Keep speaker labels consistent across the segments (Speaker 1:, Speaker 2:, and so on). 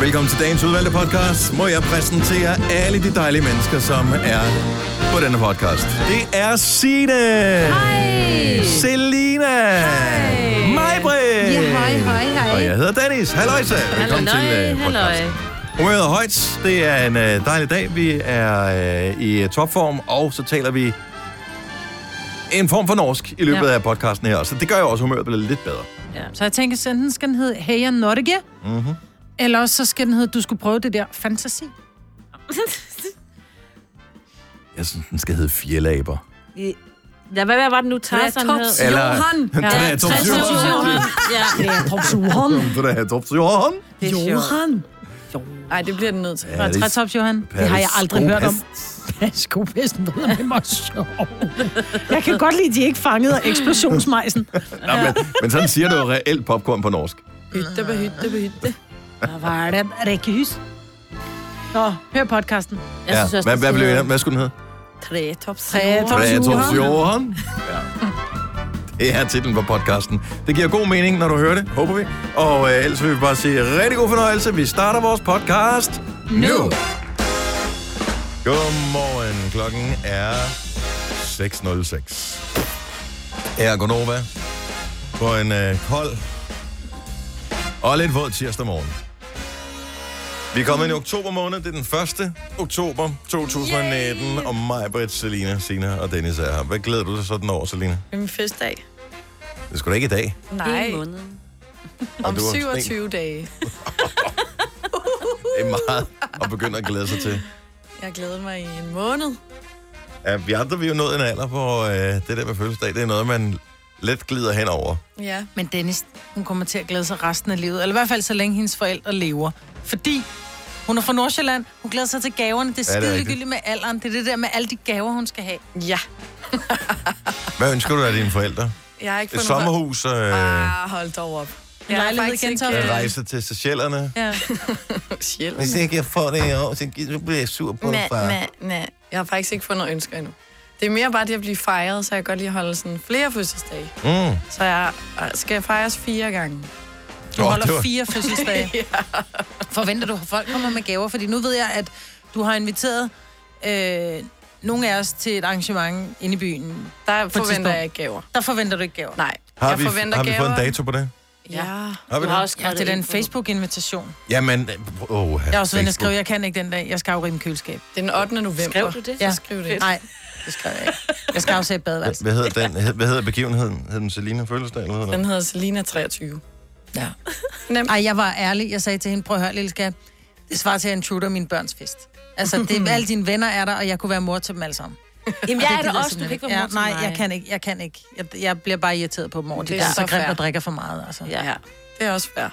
Speaker 1: Velkommen til dagens udvalgte podcast. Må jeg præsentere alle de dejlige mennesker, som er på denne podcast. Det er Signe.
Speaker 2: Hej.
Speaker 1: Selina. Hej. Majbrit.
Speaker 2: Ja, hej, hej, hej.
Speaker 1: Og jeg hedder Dennis. Halløjsa. Velkommen til uh, podcast. Humøret er højt. Det er en øh, dejlig dag. Vi er øh, i øh, topform, og så taler vi en form for norsk i løbet
Speaker 3: Ja.
Speaker 1: af podcasten her. Så det gør jo også, at humøret bliver lidt bedre.
Speaker 3: Ja. Så jeg tænker, så enten skal den hedde Hey, I'm not again,
Speaker 1: Mm-hmm.
Speaker 3: eller også så skal den hedde Du skulle prøve det der fantasi.
Speaker 1: Jeg synes, den skal hedde Fjelaber.
Speaker 4: Ja, hvad, hvad var det nu, Tarzan hed?
Speaker 1: Torps Eller- Johan. Ja,
Speaker 4: Ja,
Speaker 1: Torps
Speaker 4: Torps
Speaker 1: Johan.
Speaker 4: Johan. Ja.
Speaker 3: Torps Johan.
Speaker 1: Så der er Torps Johan.
Speaker 4: Det er sjovt.
Speaker 5: Nej, det bliver den nødt til.
Speaker 1: Ja, det er-
Speaker 3: Trætops Johan. Det har jeg aldrig hørt om. Skopesten ved med mig sjov. Jeg kan godt lide, at de ikke fangede af eksplosionsmejsen.
Speaker 1: Nå, men, men sådan siger du jo reelt popcorn på norsk.
Speaker 5: Hytte på hytte på hytte.
Speaker 3: Var det Rikkehys? Nå, hør podcasten.
Speaker 4: Jeg synes også,
Speaker 1: hvad,
Speaker 4: det
Speaker 1: hvad, blev,
Speaker 4: hedder
Speaker 1: hvad skulle den hedde?
Speaker 4: Trætops
Speaker 3: Trætops
Speaker 4: Johan.
Speaker 1: Hvad er
Speaker 3: Johan.
Speaker 1: Torps Johan? Ja. Det er titlen på podcasten. Det giver god mening, når du hører det, håber vi. Og øh, ellers vil vi bare sige rigtig god fornøjelse. Vi starter vores podcast nu. nu. Godmorgen. Klokken er 6.06. Her er Gonova på en øh, kold og lidt våd tirsdag morgen. Vi er kommet ind i oktober måned. Det er den 1. oktober 2019. Yay! Og mig, Britt, Selina, Sina og Dennis er her. Hvad glæder du dig sådan over, Selina?
Speaker 5: Det er min festdag.
Speaker 1: Det er sgu da ikke i dag.
Speaker 5: Nej,
Speaker 4: En måned.
Speaker 5: om
Speaker 1: du har sådan en.
Speaker 5: 27 dage.
Speaker 1: Det er meget at begynde at glæde sig til.
Speaker 5: Jeg glæder mig i en måned.
Speaker 1: Ja, vi andre vi er jo nået en alder på øh, det der med fødselsdag. Det er noget, man let glider hen over.
Speaker 5: Ja.
Speaker 3: Men Dennis, hun kommer til at glæde sig resten af livet. Eller i hvert fald, så længe hendes forældre lever. Fordi hun er fra Nordsjælland. Hun glæder sig til gaverne. Det er
Speaker 1: Ja, det er
Speaker 3: skide
Speaker 1: rigtigt.
Speaker 3: ligegyldigt med alderen. Det er det der med alle de gaver, hun skal have.
Speaker 5: Ja.
Speaker 1: Hvad ønsker du af dine forældre?
Speaker 5: Jeg har ikke
Speaker 1: Et
Speaker 5: fundet...
Speaker 1: sommerhus, øh,
Speaker 5: Ah, hold dog op. Jeg har
Speaker 3: lejlighed
Speaker 5: faktisk
Speaker 3: igen,
Speaker 5: ikke...
Speaker 3: Torben.
Speaker 5: øh,
Speaker 1: rejse til Seychellerne.
Speaker 3: Ja.
Speaker 5: Sjældent.
Speaker 1: ikke jeg får det i år, så bliver jeg sur på
Speaker 5: Næ, næ, næ. Jeg har faktisk ikke fundet ønsker endnu. Det er mere bare det at blive fejret, så jeg kan godt lige holde sådan flere fødselsdage.
Speaker 1: Mm.
Speaker 5: Så jeg øh, skal fejres fire gange.
Speaker 3: Du
Speaker 1: Nå,
Speaker 3: holder
Speaker 1: det var-
Speaker 3: fire fødselsdage. Forventer du, at folk kommer med gaver? Fordi nu ved jeg, at du har inviteret øh, nogle af os til et arrangement inde i byen.
Speaker 5: Der
Speaker 3: tidspunkt.
Speaker 5: forventer jeg ikke gaver.
Speaker 3: Der forventer du ikke gaver.
Speaker 5: Nej,
Speaker 1: Har
Speaker 5: jeg
Speaker 1: vi,
Speaker 5: forventer
Speaker 1: har vi
Speaker 5: gaver.
Speaker 1: fået en dato på det?
Speaker 5: Ja.
Speaker 1: Har
Speaker 4: Du
Speaker 1: vi
Speaker 4: har
Speaker 1: det?
Speaker 4: også
Speaker 3: Ja,
Speaker 4: skrevet
Speaker 3: det er da en
Speaker 4: ind på-
Speaker 3: Facebook-invitation.
Speaker 1: Jamen, åh,
Speaker 3: Jeg har også været inde og skrive, jeg kan ikke den dag. Jeg skal afrime køleskab.
Speaker 5: Det er den 8. november.
Speaker 4: Skrev du det?
Speaker 5: Ja. Så skriv det.
Speaker 3: Nej, det skal jeg ikke. Jeg skal afsætte badeværelset.
Speaker 1: Hvad hedder, den, hed- hvad hedder begivenheden? Hed den Selina Fødselsdag, eller hvad hedder
Speaker 5: Den
Speaker 1: den?
Speaker 5: hedder Selina 23.
Speaker 3: Ja.
Speaker 5: Nemt.
Speaker 3: Ej, jeg var ærlig. Jeg sagde til hende, prøv at høre, lille skat. Det svarer til, at jeg intruder min børns fest. Altså, det, alle dine venner er der, og jeg kunne være mor til dem alle sammen.
Speaker 4: Jamen,
Speaker 3: Og
Speaker 4: jeg er
Speaker 3: gider
Speaker 4: det også, du
Speaker 3: simpelthen
Speaker 4: kan ikke være mor til
Speaker 3: ja,
Speaker 4: mig.
Speaker 3: Nej, jeg kan ikke. Jeg, kan ikke. Jeg, jeg bliver bare irriteret på dem over. Det,
Speaker 5: Det
Speaker 3: det
Speaker 5: er
Speaker 3: der
Speaker 5: så
Speaker 3: så grimt
Speaker 5: fair.
Speaker 3: og drikker for meget. Altså. Ja.
Speaker 4: Ja.
Speaker 5: Ja, det er også fair.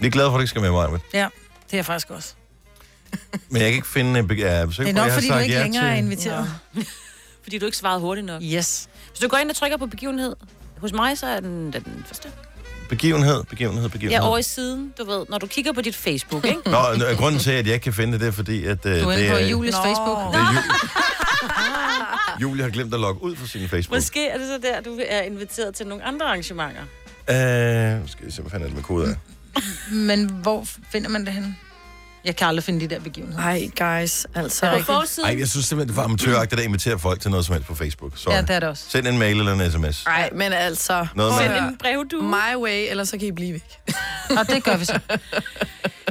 Speaker 1: Vi er glade for, at du ikke skal med mig, men,
Speaker 3: ja. det er jeg faktisk også.
Speaker 1: men jeg kan ikke finde... en Be- ja, jeg er
Speaker 3: Det
Speaker 1: sikker
Speaker 3: er
Speaker 1: på, at
Speaker 3: nok,
Speaker 1: jeg har
Speaker 3: fordi du
Speaker 1: sagt
Speaker 3: ikke
Speaker 1: ja
Speaker 3: længere er
Speaker 1: til-
Speaker 3: inviteret.
Speaker 4: Fordi du ikke svarede hurtigt nok.
Speaker 3: Yes.
Speaker 4: Hvis du går ind og trykker på begivenhed, hos mig så er den den første.
Speaker 1: Begivenhed, begivenhed, begivenhed.
Speaker 4: Ja, over i siden, du ved, når du kigger på dit Facebook, ikke?
Speaker 1: Nå, n- grunden til, at jeg ikke kan finde det, det er fordi, at... Uh,
Speaker 3: Du er
Speaker 1: det
Speaker 3: inde på
Speaker 1: er,
Speaker 3: Julies
Speaker 5: Nå.
Speaker 3: Facebook.
Speaker 1: Det er jul. Julie har glemt at logge ud fra sin Facebook.
Speaker 4: Måske er det så der, du er inviteret til nogle andre arrangementer.
Speaker 1: Uh, skal vi se, hvad fanden er det med kode af?
Speaker 3: Men hvor finder man det henne? Jeg kan aldrig finde de der begivenheder.
Speaker 5: Ej, guys, altså.
Speaker 4: På
Speaker 3: rigtigt.
Speaker 4: forsiden.
Speaker 1: Ej, jeg synes simpelthen, det er for amatøragtigt at invitere folk til noget som helst på Facebook. Sorry.
Speaker 3: Ja, det er det også.
Speaker 1: Send en mail eller en sms.
Speaker 5: Nej, men altså.
Speaker 1: Noget med-
Speaker 5: prøv
Speaker 4: Send
Speaker 5: at høre.
Speaker 4: en brevdue.
Speaker 5: My way, eller så kan I blive væk.
Speaker 3: Og det gør vi så.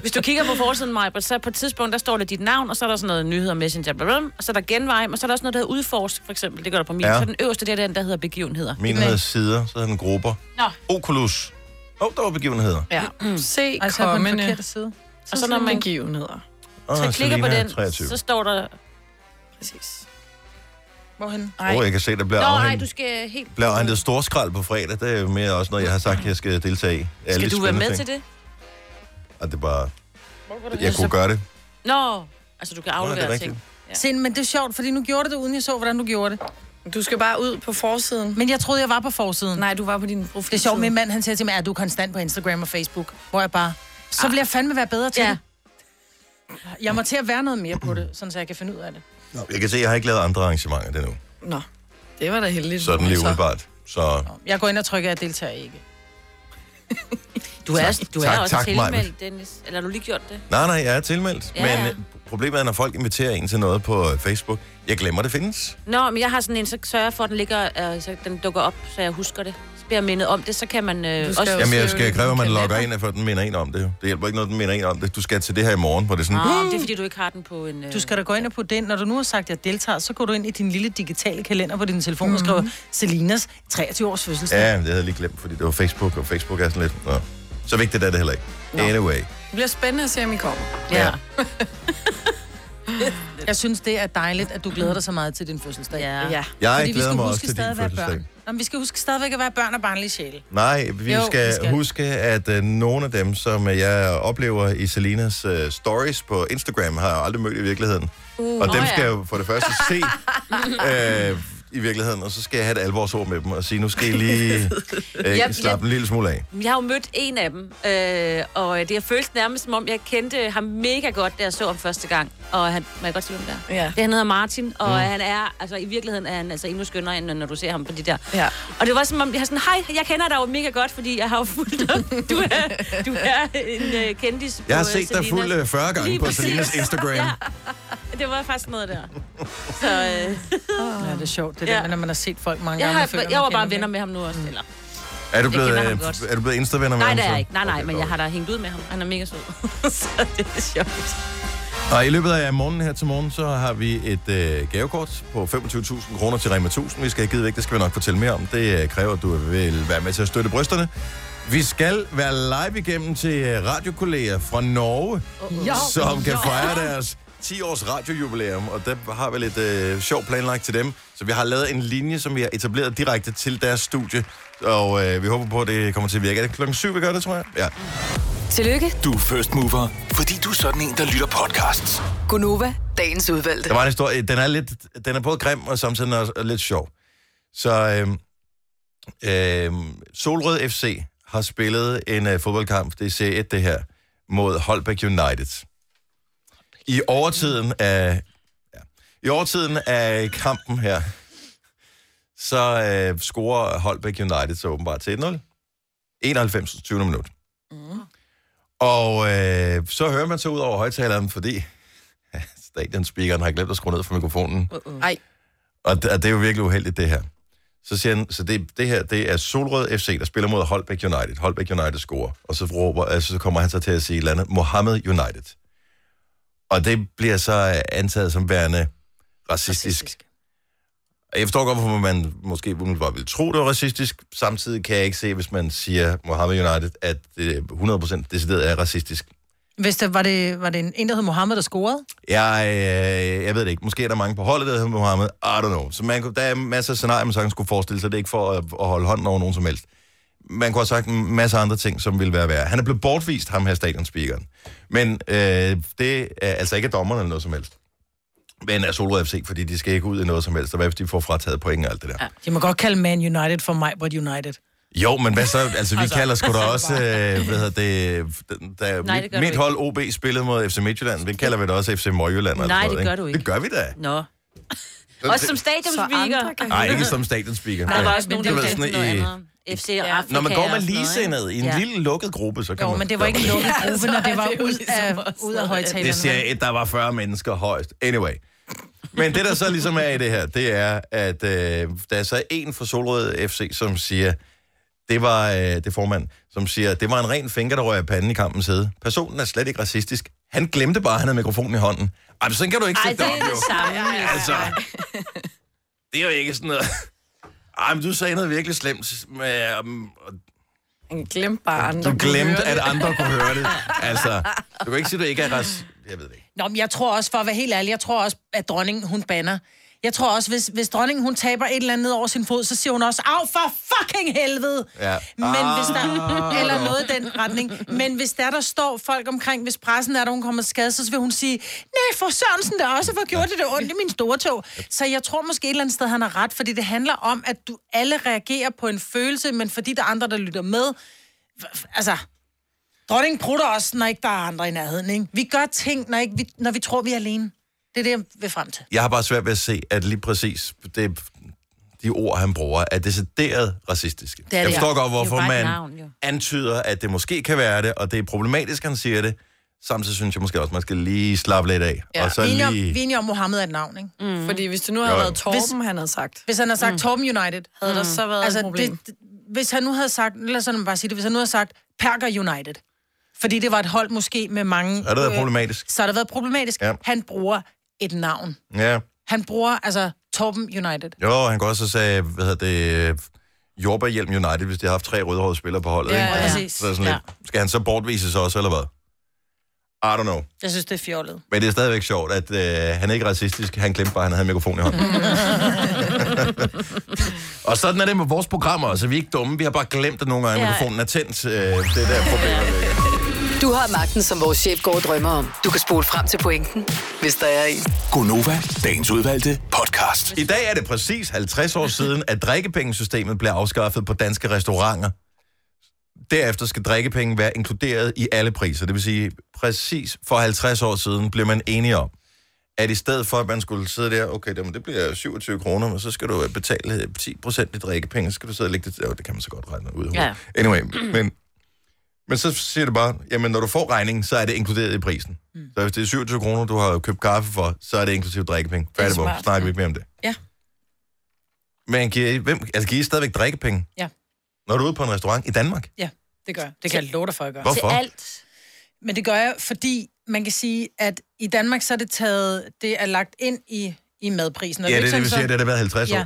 Speaker 4: Hvis du kigger på forsiden, Maja, så på et tidspunkt, der står der dit navn, og så er der sådan noget nyheder, messenger, bla, bla, bla, og så er der genvej, og så er der også noget, der hedder udforsk, for eksempel. Det gør der på min.
Speaker 1: Ja.
Speaker 4: Ja. Så den øverste, det er den, der hedder begivenheder.
Speaker 1: Min hedder sider, så hedder den grupper.
Speaker 4: Nå.
Speaker 1: Oculus. Åh, oh, der var begivenheder.
Speaker 5: Ja. Se
Speaker 3: Altså på den
Speaker 5: kommende
Speaker 3: forkerte side.
Speaker 4: Og så når man
Speaker 5: begivenheder.
Speaker 1: Oh,
Speaker 4: så klikker på den,
Speaker 1: 23.
Speaker 4: så står der...
Speaker 5: Præcis.
Speaker 3: Hvorhen?
Speaker 5: Ej,
Speaker 1: Åh, oh, jeg kan se, der bliver
Speaker 4: Nå, nej,
Speaker 1: afhængt.
Speaker 4: du skal helt...
Speaker 1: Bliver afhentet storskrald på fredag. Det er jo mere også noget, jeg har sagt, jeg skal deltage i.
Speaker 4: Skal du være med til det?
Speaker 1: Og det er bare...
Speaker 4: med?
Speaker 1: Jeg kunne gøre det.
Speaker 4: Nå, altså du kan
Speaker 1: Nå, det er
Speaker 4: aflevere
Speaker 1: rigtigt.
Speaker 4: ting. Ja.
Speaker 3: Se, men det er sjovt, fordi nu gjorde du det, uden jeg så, hvordan du gjorde det.
Speaker 5: Du skal bare ud på forsiden.
Speaker 3: Men jeg troede, jeg var på forsiden.
Speaker 5: Nej, du var på din
Speaker 3: Det
Speaker 5: profil.
Speaker 3: er sjovt, min mand han siger til mig, at du er konstant på Instagram og Facebook, hvor jeg bare, så vil jeg fandme være bedre til
Speaker 4: Ah. Ja.
Speaker 3: ja. det. Jeg må til at være noget mere på det, sådan så jeg kan finde ud af det.
Speaker 1: Nå, Jeg kan se, jeg har ikke lavet andre arrangementer det nu.
Speaker 5: Nå, det var da heldigt.
Speaker 1: Sådan lige
Speaker 5: Altså,
Speaker 1: umiddelbart. Så
Speaker 3: Jeg går ind og trykker, at jeg deltager ikke.
Speaker 4: Du er,
Speaker 1: Tak-
Speaker 4: du er
Speaker 1: tak-
Speaker 4: også
Speaker 1: tak, Maj-Brit.
Speaker 4: tilmeldt, Dennis. Eller har du lige gjort det?
Speaker 1: Nej, nej, jeg er tilmeldt.
Speaker 4: Ja,
Speaker 1: men
Speaker 4: ja.
Speaker 1: øh, problemet er, når folk inviterer en til noget på øh, Facebook, jeg glemmer, det findes.
Speaker 4: Nå, men jeg har sådan en, så sørger jeg for, at den, ligger, øh, så den dukker op, så jeg husker det. Så bliver jeg mindet om det, så kan man øh,
Speaker 5: Du skal
Speaker 4: også...
Speaker 5: jo-
Speaker 4: Jamen,
Speaker 1: Jamen,
Speaker 5: søger
Speaker 1: jeg skal
Speaker 5: det på
Speaker 1: kræve, at man
Speaker 5: kalender.
Speaker 1: logger ind, for den minder en om det. Det hjælper ikke noget, den minder en om det. Du skal til det her i morgen, hvor det er sådan...
Speaker 4: ah, det er, fordi du ikke har den på en... Øh...
Speaker 3: Du skal da gå ind og putte det ind. Når du nu har sagt, at jeg deltager, så går du ind i din lille digitale kalender på din telefon og
Speaker 4: Mhm.
Speaker 3: skriver Selinas 23-års fødselsdag.
Speaker 1: Ja, det havde jeg lige glemt, fordi det var Facebook, og Facebook er sådan lidt... Nå. Så vigtigt er det heller ikke. Anyway.
Speaker 5: Det bliver spændende at se, om I kommer.
Speaker 1: Ja.
Speaker 3: Jeg synes, det er dejligt, at du glæder dig så meget til din fødselsdag.
Speaker 4: Ja.
Speaker 5: Ja.
Speaker 1: Jeg
Speaker 3: Fordi vi
Speaker 1: glæder
Speaker 3: skal
Speaker 1: mig
Speaker 3: huske
Speaker 1: også til
Speaker 3: stadig
Speaker 1: din
Speaker 3: at være
Speaker 1: fødselsdag.
Speaker 3: Børn. Jamen, vi skal huske stadigvæk at være børn og barnlige sjæle.
Speaker 1: Nej, vi jo,
Speaker 3: Jo,
Speaker 1: skal,
Speaker 3: vi
Speaker 1: skal
Speaker 3: skal.
Speaker 1: huske, at øh, nogle af dem, som øh, jeg oplever i Selinas øh, stories på Instagram, har jeg aldrig mødt i virkeligheden. Uh, og dem
Speaker 4: Nå ja.
Speaker 1: skal jeg jo for det første se øh, i virkeligheden, og så skal jeg have et alvorsord med dem og sige, nu skal I lige øh,
Speaker 4: Jeg-
Speaker 1: slappe en lille smule af.
Speaker 4: Jeg har jo mødt en af dem, øh, og det har føltes nærmest, som om jeg kendte ham mega godt, da jeg så ham første gang. Og han, må jeg godt sige, hvem det er?
Speaker 5: Ja.
Speaker 4: Det, han hedder Martin, og mm. han er, altså i virkeligheden er han altså endnu skønnere, end når du ser ham på de der.
Speaker 5: Ja.
Speaker 4: Og det var som om, jeg er sådan, hej, jeg kender dig jo mega godt, fordi jeg har jo fulgt dig. Du er, du er en uh, kendis
Speaker 1: Jeg har
Speaker 4: på, øh,
Speaker 1: set dig
Speaker 4: Selinas.
Speaker 1: fuld øh, 40 gange
Speaker 4: Lige
Speaker 1: på
Speaker 4: præcis.
Speaker 1: Selinas Instagram.
Speaker 4: Ja.
Speaker 1: øh.
Speaker 4: Det var faktisk noget der. Så øh,
Speaker 3: Ja, det er sjovt, det
Speaker 4: Ja.
Speaker 3: der, med, når man har set folk mange
Speaker 4: jeg,
Speaker 3: gange.
Speaker 4: har,
Speaker 3: og føler,
Speaker 4: jeg
Speaker 3: man
Speaker 4: var bare
Speaker 3: kender
Speaker 4: venner
Speaker 3: dem.
Speaker 4: med ham nu også. Eller.
Speaker 1: Er du blevet,
Speaker 4: kender ham
Speaker 1: øh,
Speaker 4: godt.
Speaker 1: er du blevet Insta-venner med
Speaker 4: Nej,
Speaker 1: ham
Speaker 4: det er
Speaker 1: så?
Speaker 4: jeg ikke. Nej, nej,
Speaker 1: Okay,
Speaker 4: men jeg har da hængt ud med ham. Han er mega sød. så det er sjovt.
Speaker 1: Og i løbet af morgenen her til morgen, så har vi et øh, gavekort på 25.000 kroner til Rema 1000. Vi skal have givet væk, det skal vi nok fortælle mere om. Det øh, kræver, at du vil være med til at støtte brysterne. Vi skal være live igennem til øh, radiokolleger fra Norge,
Speaker 3: Jo,
Speaker 1: som kan fejre deres 10-års radiojubilæum, og der har vi lidt øh, sjov planlagt til dem. Så vi har lavet en linje, som vi har etableret direkte til deres studie, og øh, vi håber på, at det kommer til at virke. Er det klokken syv, vi gør det, tror jeg? Ja.
Speaker 6: Tillykke,
Speaker 7: Du er first mover, fordi du er sådan en, der lytter podcasts.
Speaker 6: Gunova, dagens udvalgte.
Speaker 1: Der var en historie, den er, lidt, den er både grim og samtidig også lidt sjov. Så øhm, øhm, Solrød FC har spillet en øh, fodboldkamp, det er serie 1 det her, mod Holbæk United. I overtiden af, ja, i overtiden af kampen her, så øh, scorer Holbæk United så åbenbart til 1-0. 91. 20. minut. Og øh, så hører man så ud over højtaleren, fordi stadionspeakeren har glemt at skrue ned for mikrofonen.
Speaker 3: Uh-uh.
Speaker 5: Ej.
Speaker 1: Og det, og det er jo virkelig uheldigt, det her. Så siger han, så det, det her, det er Solrød FC, der spiller mod Holbæk United. Holbæk United scorer. Og så, råber, altså, så kommer han så til at sige et eller andet, Mohammed United. Og det bliver så øh, antaget som værende racistisk. racistisk. Jeg forstår godt, hvorfor man måske umiddelbart ville tro, det var racistisk. Samtidig kan jeg ikke se, hvis man siger Mohammed United, at det 100% decideret er racistisk.
Speaker 3: Hvis der var det, var det en, en, der hed Mohammed, der scorede?
Speaker 1: Jeg, øh, jeg ved det ikke. Måske er der mange på holdet, der hedder Mohammed. I don't know. Så man, kunne- der er masser af scenarier, man sagtens kunne forestille sig. Det er ikke for at, at holde hånden over nogen som helst. Man kunne have sagt en masse andre ting, som ville være værre. Han er blevet bortvist, ham her stadionspeakeren. Men øh, det er altså ikke af dommerne eller noget som helst. Men er Solrød FC, fordi de skal ikke ud i noget som helst. Og hvad hvis de får frataget point og alt det der?
Speaker 3: De må godt kalde Man United for mig, but United.
Speaker 1: Jo, men hvad så? Altså, vi altså, kalder sgu da også, øh, hvad hedder det, da,
Speaker 4: Nej, det gør
Speaker 1: da
Speaker 4: du
Speaker 1: mit
Speaker 4: ikke.
Speaker 1: hold OB spillede mod FC Midtjylland, det kalder vi da også FC Møjjylland. og
Speaker 4: Nej,
Speaker 1: alt sådan
Speaker 4: det
Speaker 1: noget,
Speaker 4: gør du ikke.
Speaker 1: Det gør vi da.
Speaker 4: Nå. Også som stadionspeaker.
Speaker 5: andre kan-
Speaker 1: Nej, ikke som stadionspeaker.
Speaker 4: Der var også
Speaker 3: men
Speaker 4: nogen,
Speaker 3: det
Speaker 4: der
Speaker 3: var
Speaker 4: kendte
Speaker 1: sådan
Speaker 4: noget
Speaker 1: i-
Speaker 4: andet. FC og Afrika.
Speaker 1: Når man går med
Speaker 4: og sådan noget,
Speaker 1: ligesindede i en
Speaker 4: Ja.
Speaker 1: lille lukket gruppe, så kan
Speaker 3: Jo,
Speaker 1: man...
Speaker 3: men det var ikke en lukket gruppe, når det var
Speaker 5: det er jo
Speaker 3: ud
Speaker 5: ligesom
Speaker 3: af,
Speaker 5: også
Speaker 3: ud af højtalerne.
Speaker 1: Det siger et, der var 40 mennesker højst. Anyway. Men det, der så ligesom er i det her, det er, at øh, der er så en fra Solrød FC, som siger, det var øh, det er formand, som siger, det var en ren finger, der røg af panden i kampens hede. Personen er slet ikke racistisk. Han glemte bare, at han havde mikrofonen i hånden. Ej, men sådan kan du ikke
Speaker 4: Ej,
Speaker 1: sætte
Speaker 4: det
Speaker 1: dig op,
Speaker 4: er det
Speaker 1: jo.
Speaker 4: samme. ja.
Speaker 1: Altså, det er jo ikke sådan noget... Ej, men du sagde noget virkelig slemt, med, um, og
Speaker 5: Han glemte bare andre.
Speaker 1: Du
Speaker 5: kunne
Speaker 1: glemte,
Speaker 5: høre
Speaker 1: at
Speaker 5: det.
Speaker 1: andre kunne høre det. Altså, du kan ikke sige, at du ikke er ras... Jeg ved det ikke.
Speaker 3: Nå, men jeg tror også, for at være helt ærlig, jeg tror også, at dronningen, hun banner. Jeg tror også, hvis, hvis dronningen, hun taber et eller andet ned over sin fod, så siger hun også, af for fucking helvede!
Speaker 1: Ja.
Speaker 3: Men
Speaker 1: Ah.
Speaker 3: hvis der, eller noget i den retning. Men hvis der, der står folk omkring, hvis pressen er der, hun kommer til skade, så vil hun sige, nej, for Sørensen, der også for gjort det, det ondt i min store tog. Så jeg tror måske et eller andet sted, han har ret, fordi det handler om, at du alle reagerer på en følelse, men fordi der er andre, der lytter med, altså, dronningen prutter os, når ikke der er andre i nærheden, ikke? Vi gør ting, når, ikke vi, når vi tror, vi er alene. Det er det, jeg vil frem til.
Speaker 1: Jeg har bare svært ved at se, at lige præcis det, de ord, han bruger, er decideret racistiske.
Speaker 4: er
Speaker 1: jeg
Speaker 4: det,
Speaker 1: forstår
Speaker 4: ja.
Speaker 1: godt,
Speaker 4: Det er jo
Speaker 1: hvorfor
Speaker 4: bare et
Speaker 1: man
Speaker 4: navn, jo.
Speaker 1: antyder, at det måske kan være det, og det er problematisk, han siger det. Samtidig synes jeg måske også, man skal lige slappe lidt af. Ja. Og så
Speaker 3: Vi er enige om, vi er
Speaker 1: lige...
Speaker 3: enige om Mohammed er et navn, ikke? Mm.
Speaker 5: Fordi hvis det nu havde
Speaker 1: Jo, jo.
Speaker 5: været Torben, han havde sagt,
Speaker 3: Hvis han havde sagt mm. Torben United,
Speaker 5: havde der så været altså, et
Speaker 3: altså,
Speaker 5: problem.
Speaker 3: det, det- hvis han nu havde sagt, lad os sådan bare sige det, hvis han nu havde sagt Perker United, fordi det var et hold måske med mange...
Speaker 1: Er det været problematisk?
Speaker 3: Så har det været problematisk.
Speaker 1: Ja.
Speaker 3: Ja. Han bruger et navn.
Speaker 1: Ja.
Speaker 3: Han bruger, altså, Torben United.
Speaker 1: Jo, han går også og sagde, hvad hedder det, øh, Jordberghjelm United, hvis de har haft tre rødhårede spillere på holdet.
Speaker 5: Ja,
Speaker 1: ikke? Altså,
Speaker 5: ja.
Speaker 3: Præcis.
Speaker 1: Så er det sådan lidt, skal han så bortvises også, eller hvad? I don't know.
Speaker 3: Jeg synes, det er fjollet.
Speaker 1: Men det er stadigvæk sjovt, at øh, han er ikke racistisk. Han glemte bare, at han havde mikrofon i hånden. og sådan er det med vores programmer. Altså, vi er ikke dumme. Vi har bare glemt, at nogle gange ja.
Speaker 4: Ja.
Speaker 1: mikrofonen er tændt. Øh, det er der problemet ligger.
Speaker 6: Du har magten, som vores chef går og drømmer om. Du kan spole frem til pointen, hvis der er en.
Speaker 7: Gonova, dagens udvalgte podcast.
Speaker 1: I dag er det præcis 50 år siden, at drikkepengesystemet blev afskaffet på danske restauranter. Derefter skal drikkepenge være inkluderet i alle priser. Det vil sige, præcis for 50 år siden blev man enige om, at i stedet for, at man skulle sidde der, okay, det, det bliver 27 kroner, men så skal du øh, betale 10 procent i drikkepenge, så skal du sidde og lægge det... Jo, det kan man så godt regne ud. i hovedet.
Speaker 4: Ja.
Speaker 1: Anyway, men, men så siger det bare, jamen når du får regningen, så er det inkluderet i prisen. Så hvis det er 27 kroner, du har købt kaffe for, så er det inklusive drikkepenge. Færdig, hvor
Speaker 3: smart.
Speaker 1: snakker vi ikke mere om det.
Speaker 3: Ja.
Speaker 1: Men giver I, hvem, altså, giver I stadigvæk drikkepenge?
Speaker 3: Ja.
Speaker 1: Når du er ude på en restaurant i Danmark?
Speaker 3: Det gør jeg. Det kan jeg love dig for, at gøre.
Speaker 1: Hvorfor?
Speaker 4: Til alt.
Speaker 3: Men det gør jeg, fordi man kan sige, at i Danmark så er det taget, det er lagt ind i, i madprisen. Og
Speaker 1: Ja,
Speaker 3: er
Speaker 1: det,
Speaker 3: ikke
Speaker 1: er det vi
Speaker 3: sådan,
Speaker 1: siger, det har det været 50 år.
Speaker 3: Ja.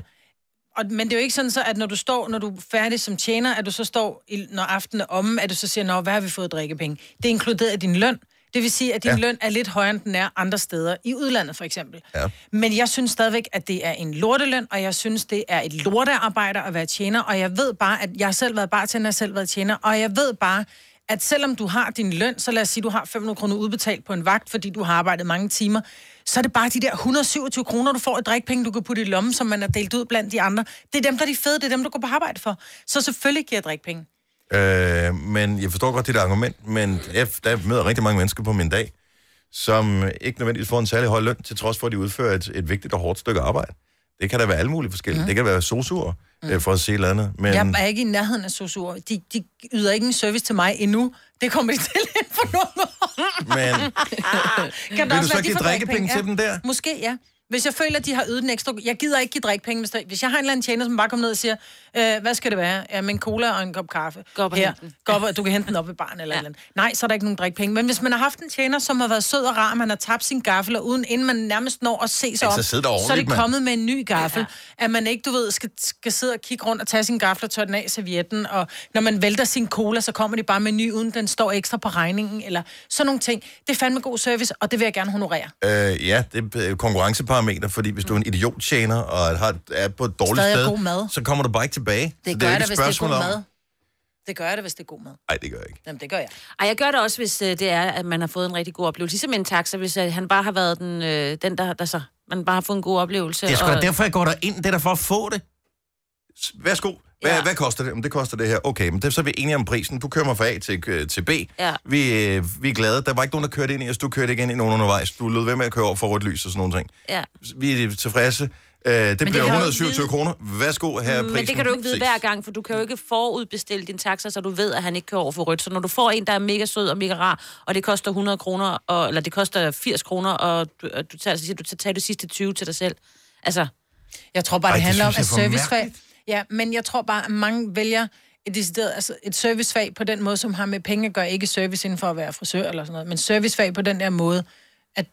Speaker 3: Og, men det er jo ikke sådan så, at når du står, når du er færdig som tjener, at du så står, i, når aftenen er omme, at du så siger, nå, hvad har vi fået af drikkepenge? Det er inkluderet i din løn. Det vil sige, at din
Speaker 1: Ja.
Speaker 3: ja. løn er lidt højere, end den er andre steder, i udlandet for eksempel.
Speaker 1: Ja.
Speaker 3: Men jeg synes stadigvæk, at det er en lorteløn, og jeg synes, det er et lortearbejde at være tjener, og jeg ved bare, at jeg har selv været bartender, jeg har selv været tjener, og jeg ved bare, at selvom du har din løn, så lad os sige, du har 500 kroner udbetalt på en vagt, fordi du har arbejdet mange timer, så er det bare de der 127 kroner, du får i drikpenge, du kan putte i lommen, som man har delt ud blandt de andre. Det er dem, der er de fede, det er dem, du går på arbejde for. Så selvfølgelig giver jeg drikpenge.
Speaker 1: Øh, men jeg forstår godt dit argument, men jeg, der møder rigtig mange mennesker på min dag, som ikke nødvendigvis får en særlig høj løn, til trods for, at de udfører et, et vigtigt og hårdt stykke arbejde. Det kan da være alle mulige forskellige. Mm. Det kan være sosuer, mm. for at se et eller andet. Men,
Speaker 3: Jeg er ikke i nærheden af sosuer. De, de yder ikke en service til mig endnu. Det kommer de til inden for nogle år.
Speaker 1: men
Speaker 3: Kan det
Speaker 1: vil du
Speaker 3: også
Speaker 1: så
Speaker 3: være, de
Speaker 1: give
Speaker 3: får
Speaker 1: drikkepenge
Speaker 3: drikkepenge?
Speaker 1: til dem der?
Speaker 3: Måske, ja. Hvis jeg føler, at de har ydet en ekstra... Jeg gider ikke give drikkepenge, hvis, der... hvis jeg har en eller anden tjener, som bare kommer ned og siger, øh, hvad skal det være? Ja, men cola og en kop kaffe.
Speaker 4: Gå op og
Speaker 3: Her.
Speaker 4: hent den.
Speaker 3: Gå op, og- du kan hente den op ved barn eller
Speaker 4: Ja.
Speaker 3: ja. eller andet. Nej, så er der ikke nogen drikkepenge. Men hvis man har haft en tjener, som har været sød og rar, man har tabt sin gaffel, og uden inden man nærmest når at se sig
Speaker 1: Ja,
Speaker 3: om,
Speaker 1: så sidder der
Speaker 3: så er
Speaker 1: ordentligt,
Speaker 3: det
Speaker 1: mand.
Speaker 3: kommet med en ny gaffel. Ja. At man ikke, du ved, skal, skal sidde og kigge rundt og tage sin gaffel og tørre den af i servietten. Og når man vælter sin cola, så kommer de bare med en ny, uden den står ekstra på regningen. Eller sådan nogle ting. Det er fandme god service, og det vil jeg gerne honorere.
Speaker 1: Øh, ja, det er øh, konkurrenceparameter, fordi hvis du er en idiottjener og har, er på et dårligt
Speaker 3: Stadig er
Speaker 1: sted,
Speaker 3: god mad.
Speaker 1: så kommer du bare ikke tilbage. Så
Speaker 3: Det
Speaker 1: er
Speaker 3: gør
Speaker 1: jo
Speaker 3: jeg da,
Speaker 1: ikke et
Speaker 3: hvis det er
Speaker 1: spørgsmål
Speaker 3: god
Speaker 1: om-
Speaker 3: mad. Det gør jeg da, hvis det er god mad.
Speaker 1: Nej, det gør jeg ikke.
Speaker 3: Jamen, det gør jeg.
Speaker 4: Ej, jeg gør det også, hvis øh, det er, at man har fået en rigtig god oplevelse. Ligesom en taxa, hvis øh, han bare har været den, øh, den der, der så... Man bare har fået en god oplevelse.
Speaker 1: Det er sgu da
Speaker 4: og-
Speaker 1: derfor, jeg går derind. Det er da for at få det. S- Værsgo. Hvad, ja.
Speaker 4: Ja.
Speaker 1: hvad koster det? Jamen, det koster det her. Okay, men det, så er vi enige om prisen. Du kører mig fra A til, øh, til B.
Speaker 4: Ja.
Speaker 1: Vi, øh, vi er glade. Der var ikke nogen, der kørte ind i os. Du kørte ikke ind i nogen undervejs. Du lød ved med at køre over for rødt lys og sådan nogle ting.
Speaker 4: Ja.
Speaker 1: Vi er tilfredse. Øh, det bliver
Speaker 4: kan du ikke
Speaker 1: 127
Speaker 4: vide. Mm,
Speaker 1: kroner. Værsgo, her er prisen.
Speaker 4: Men det kan du ikke vide
Speaker 1: Ses.
Speaker 4: hver gang, for du kan jo ikke forudbestille din taxa, så du ved, at han ikke kører over for rødt. Så når du får en, der er mega sød og mega rar, og det koster 100 kroner, og, eller det koster 80 kroner, og du, og du tager, så siger, du tager, tager de sidste 20 til dig selv. Altså,
Speaker 3: Jeg tror bare,
Speaker 1: Ej,
Speaker 3: det
Speaker 1: det
Speaker 3: handler om,
Speaker 1: synes
Speaker 3: at
Speaker 1: jeg er for
Speaker 3: servicefag... Ja, men jeg tror bare, at mange vælger et, decideret, altså et servicefag på den måde, som har med penge at gøre. Ikke service inden for at være frisør eller sådan noget, men servicefag på den der måde, at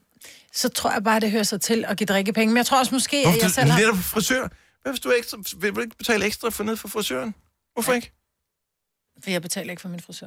Speaker 3: så tror jeg bare, det hører sig til at give drikkepenge. Men jeg tror også måske, at jeg
Speaker 1: Hvorfor
Speaker 3: selv
Speaker 1: du
Speaker 3: har...
Speaker 1: netop frisør? Hvad hvis du ekstra, vil du ikke betale ekstra for ned for frisøren? Hvorfor ikke?
Speaker 3: For jeg betaler ikke for min frisør.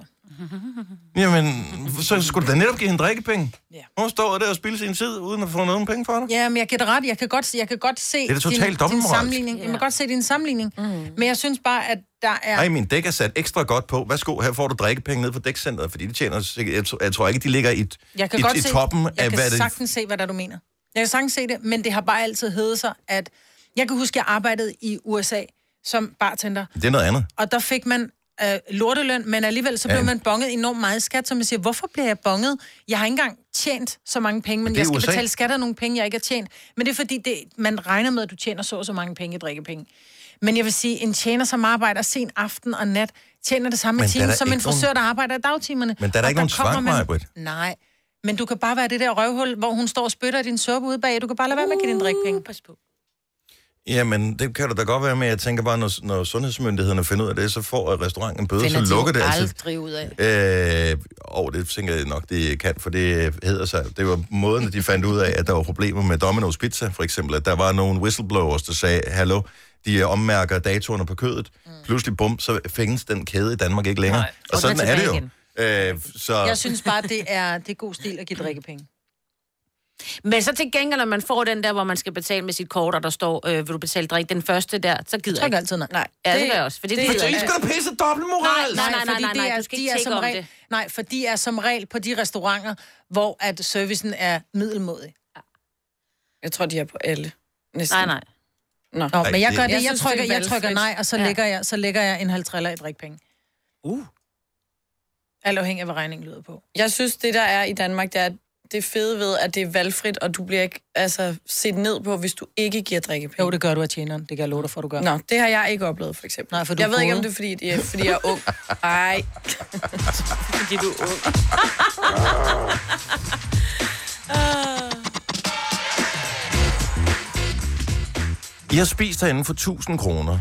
Speaker 1: Jamen, så skulle du da netop give hende drikkepenge.
Speaker 3: Ja.
Speaker 1: Hun står der og spilder sin tid, uden at få nogen penge for dig.
Speaker 3: Ja, men jeg giver dig ret. Jeg kan godt, jeg kan godt se
Speaker 1: er da totalt
Speaker 3: din
Speaker 1: dobbeltmoralsk.
Speaker 3: sammenligning. Jeg
Speaker 4: Ja.
Speaker 3: kan godt se din sammenligning. Mm. Men jeg synes bare, at der er...
Speaker 1: Nej, min dæk er sat ekstra godt på. Værsgo, her får du drikkepenge ned på dækcenteret, fordi de tjener... sikkert- Jeg, tror- jeg tror ikke, de ligger i,
Speaker 3: Jeg kan
Speaker 1: i,
Speaker 3: godt
Speaker 1: i
Speaker 3: se,
Speaker 1: toppen
Speaker 3: jeg
Speaker 1: af,
Speaker 3: kan
Speaker 1: hvad det...
Speaker 3: sagtens se, hvad der du mener. Jeg kan sagtens se det, men det har bare altid heddet sig, at... Jeg kan huske, at jeg arbejdede i USA som bartender,
Speaker 1: Det er noget andet.
Speaker 3: og der fik man øh, lorteløn, men alligevel så blev
Speaker 1: Ja.
Speaker 3: ja. man bonget enormt meget i skat, så man siger, hvorfor bliver jeg bonget? Jeg har ikke engang tjent så mange penge, men
Speaker 1: det er
Speaker 3: jeg skal
Speaker 1: USA.
Speaker 3: betale skat af nogle penge, jeg ikke har tjent. Men det er fordi, det, man regner med, at du tjener så og så mange penge i drikkepenge. Men jeg vil sige, en tjener, som arbejder sen aften og nat, tjener det samme
Speaker 1: Men
Speaker 3: i
Speaker 1: der er
Speaker 3: timen
Speaker 1: der
Speaker 3: som en
Speaker 1: ikke nogen-
Speaker 3: frisør, der arbejder i dagtimerne.
Speaker 1: Men der er der
Speaker 3: Og
Speaker 1: ikke nogen
Speaker 3: kommer
Speaker 1: tvang,
Speaker 3: man-
Speaker 1: Maj-Brit.
Speaker 3: Nej, men du kan bare være det der røvhul, hvor hun står og spytter din suppe ude bag. Du kan bare lade være med at give din drikpenge.
Speaker 4: Pas på.
Speaker 1: Jamen, det kan du da godt være med. Jeg tænker bare, når, når sundhedsmyndighederne finder ud af det, så får restauranten en bøde,
Speaker 8: Finder
Speaker 1: så
Speaker 8: de jo
Speaker 1: lukker det altså.
Speaker 8: aldrig ud af.
Speaker 1: Øh, og det tænker jeg nok, det kan, for det hedder sig. Det var måden, de fandt ud af, at der var problemer med Domino's Pizza, for eksempel. At der var nogle whistleblowers, der sagde, hallo, de øh, ommærker datoerne på kødet.
Speaker 3: Mm.
Speaker 1: Pludselig, bum, så findes den kæde i Danmark ikke længere. Nej. Og
Speaker 4: Og den er
Speaker 1: sådan er det jo.
Speaker 4: tilbage
Speaker 1: Øh, så
Speaker 3: Jeg synes bare, det er, det er god stil at give drikkepenge.
Speaker 4: Men så til gengæld, når man får den der, hvor man skal betale med sit kort, og der står, øh, vil du betale drik den første der, så gider jeg
Speaker 3: Tryk
Speaker 4: ikke.
Speaker 3: altid nej. Nej,
Speaker 4: Ja, det, gør jeg også, for det, det, gider jeg ikke.
Speaker 1: skal da pisse dobbeltmoral!
Speaker 4: Nej, nej, nej,
Speaker 3: fordi
Speaker 4: nej, nej,
Speaker 3: det er-
Speaker 4: du skal
Speaker 3: de
Speaker 4: ikke
Speaker 3: er
Speaker 4: tjekke
Speaker 3: som
Speaker 4: om
Speaker 3: regel-
Speaker 4: det.
Speaker 3: Nej, for de er som regel på de restauranter, hvor at servicen er middelmodig.
Speaker 5: Jeg tror, de er på alle. Næsten.
Speaker 4: Nej, nej.
Speaker 5: Nå.
Speaker 3: Nå,
Speaker 1: Ej,
Speaker 3: men jeg
Speaker 1: det-
Speaker 3: gør det,
Speaker 5: Jeg
Speaker 3: jeg,
Speaker 5: synes,
Speaker 3: trykker,
Speaker 5: det er
Speaker 3: jeg trykker
Speaker 5: valgfrit.
Speaker 3: nej, og så,
Speaker 4: Ja.
Speaker 3: lægger jeg, så lægger jeg en halv triller i drikpenge.
Speaker 4: Uh.
Speaker 3: Alt afhængig af, hvad regningen lyder på.
Speaker 5: Jeg synes, det der er i Danmark, det er det fede ved, at det er valgfrit, og du bliver ikke altså, set ned på, hvis du ikke giver drikkepenge.
Speaker 3: Jo, det gør du af tjeneren. Det kan jeg love dig for, du gør.
Speaker 5: Nå, det har jeg ikke oplevet, for eksempel.
Speaker 3: Nej, for du
Speaker 5: jeg ved
Speaker 3: er
Speaker 5: ikke, om
Speaker 3: gode.
Speaker 5: det er, fordi, det er, fordi jeg er ung. Nej,
Speaker 4: Fordi du er ung.
Speaker 3: Ah.
Speaker 1: I har spist herinde for 1000 kroner.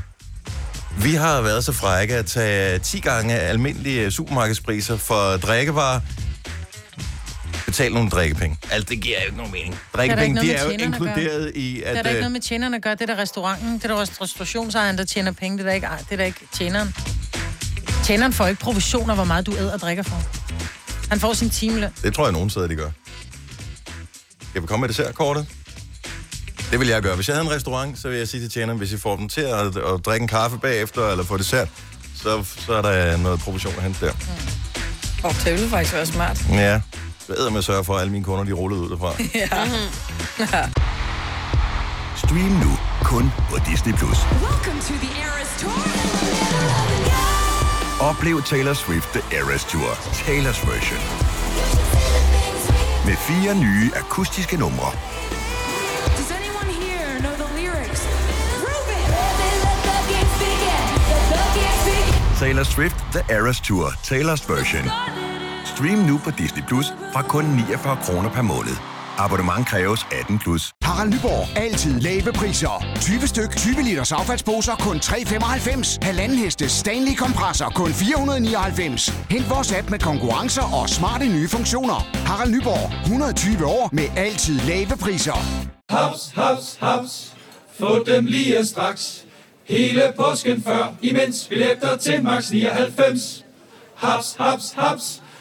Speaker 1: Vi har været så frække at tage 10 gange almindelige øh, supermarkedspriser for drikkevarer. Betal nogle drikkepenge. Altså, det giver jo ikke nogen mening. Drikkepenge, de
Speaker 3: noget
Speaker 1: er
Speaker 3: med
Speaker 1: jo
Speaker 3: tjenerne at gøre.
Speaker 1: inkluderet i,
Speaker 3: Det er
Speaker 1: at...
Speaker 3: der ikke
Speaker 1: øh,
Speaker 3: noget med tjeneren at gøre. Det er der restauranten, det er der restaurationsejeren, der tjener penge. Det er der ikke, ej, det er der ikke tjeneren. Tjeneren får ikke provisioner, hvor meget du æder og drikker for. Han får sin timeløn.
Speaker 1: Det tror jeg, nogen steder, de gør. Skal vi komme med dessertkortet? Det vil jeg gøre. Hvis jeg havde en restaurant, så vil jeg sige til tjeneren, hvis I får dem til at, at drikke en kaffe bagefter, eller få dessert, så, så er der noget provision at hente der.
Speaker 5: oh, det ville faktisk være smart.
Speaker 1: Ja. Jeg ved, at man sørger for, at alle mine kunder, de rullede ud derfra.
Speaker 7: Stream nu kun på Disney+. Plus. Oplev Taylor Swift The Eras Tour, Taylor's version. Med fire nye akustiske numre. Taylor Swift The Eras Tour, Taylor's version. Stream nu på Disney Plus fra kun 49 kroner per måned. Abonnement kræves 18 plus.
Speaker 9: Harald Nyborg. Altid lave priser. 20 styk, 20 liters affaldsposer kun 3,95. Halvanden heste Stanley kompresser kun 499. Hent vores app med konkurrencer og smarte nye funktioner. Harald Nyborg. 120 år med altid lave priser.
Speaker 10: Haps, haps, haps. Få dem lige straks. Hele påsken før, imens billetter til max 99. Haps, haps, haps.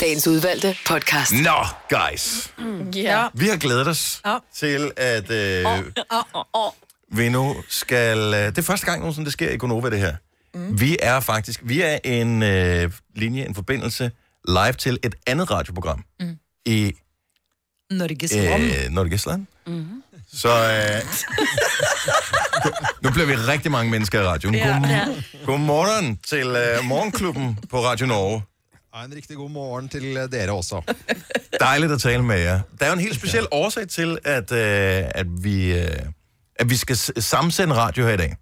Speaker 6: dagens udvalgte podcast.
Speaker 1: Nå, guys.
Speaker 5: Ja.
Speaker 1: Vi har glædet os ja. til, at øh, oh, vi nu skal... Øh, det er første gang nogensinde, det sker i Gonova, det her. Mm. Vi er faktisk... Vi er en øh, linje, en forbindelse live til et andet radioprogram mm. i
Speaker 3: Når det giver sig om.
Speaker 1: øh, Nordic Island. Mm. Så øh, nu bliver vi rigtig mange mennesker i radioen. Ja. God, godmorgen til øh, Morgenklubben på Radio Norge.
Speaker 11: Ja, en riktig god morgen til eh, dere også.
Speaker 1: Dejligt at tale med jer. Der er jo en helt speciel årsag til, at, øh, at, vi, øh, at vi skal s- sammensende radio her i dag.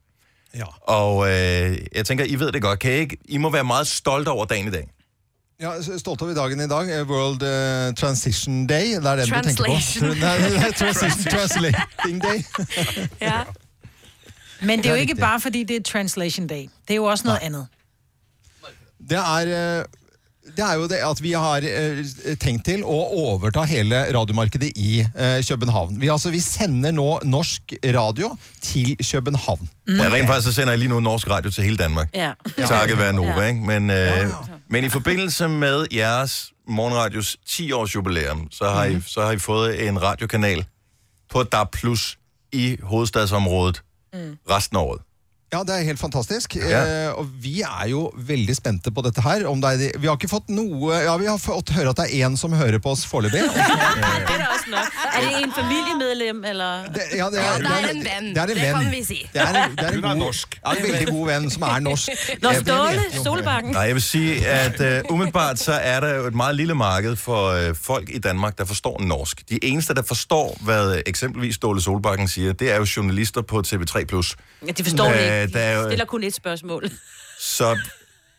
Speaker 11: Ja.
Speaker 1: Og øh, jeg tænker, I ved det godt. Kan I, ikke? I må være meget stolte over dagen i dag.
Speaker 11: ja s- stolt over dagen i dag. eh, World eh, Transition Day. Det er den du tenker på.
Speaker 4: Translation.
Speaker 11: Tran- Nei, nei, Transition Translating Day.
Speaker 4: Ja.
Speaker 3: Men det er jo ikke
Speaker 11: rigtigt.
Speaker 3: bare, fordi det er Translation Day. Det er jo også noget andet.
Speaker 11: Det er, eh, det er jo det at vi har eh, tenkt til å overta hele radiomarkedet i eh, København. Vi, altså, vi sender nå norsk radio til København.
Speaker 1: Mm. Ja, rent faktisk så sender jeg lige nu norsk radio til hele Danmark.
Speaker 4: Ja.
Speaker 1: Takket være Nova,
Speaker 4: Ja.
Speaker 1: ikke? Men, øh, men i forbindelse med jeres morgenradios 10-års jubilæum, så har,
Speaker 4: Mhm.
Speaker 1: I, så har I fået en
Speaker 4: Mm.
Speaker 1: radiokanal på DAB Plus i hovedstadsområdet resten af året.
Speaker 11: Ja, det er helt fantastisk.
Speaker 1: Ja.
Speaker 11: Eh, og vi er jo veldig spente på dette her. Om det er, de- vi har ikke fått noe Ja, vi har fått høre at det er én som hører på oss foreløpig.
Speaker 4: Det er da også nok. Er det en familiemedlem, eller?
Speaker 11: ja, det er- Ja, det er en venn.
Speaker 4: Mm. Det,
Speaker 11: er en venn. Det er, en- det er en god, norsk. Ja, en veldig god venn som er norsk.
Speaker 4: Nå,
Speaker 1: Ja, det er
Speaker 4: Ståle
Speaker 1: det.
Speaker 4: Solbakken.
Speaker 1: Nej, jeg vil sige, at uh, umiddelbart så er der jo et meget lille marked for uh, folk i Danmark, der forstår norsk. De eneste, der forstår, hvad øh, eksempelvis Ståle Solbakken siger, det er jo journalister på TV3+.
Speaker 4: Ja, de forstår det
Speaker 1: Øh,
Speaker 4: ikke.
Speaker 1: der er
Speaker 4: De
Speaker 1: jo-
Speaker 4: stiller kun et spørgsmål.
Speaker 1: Så,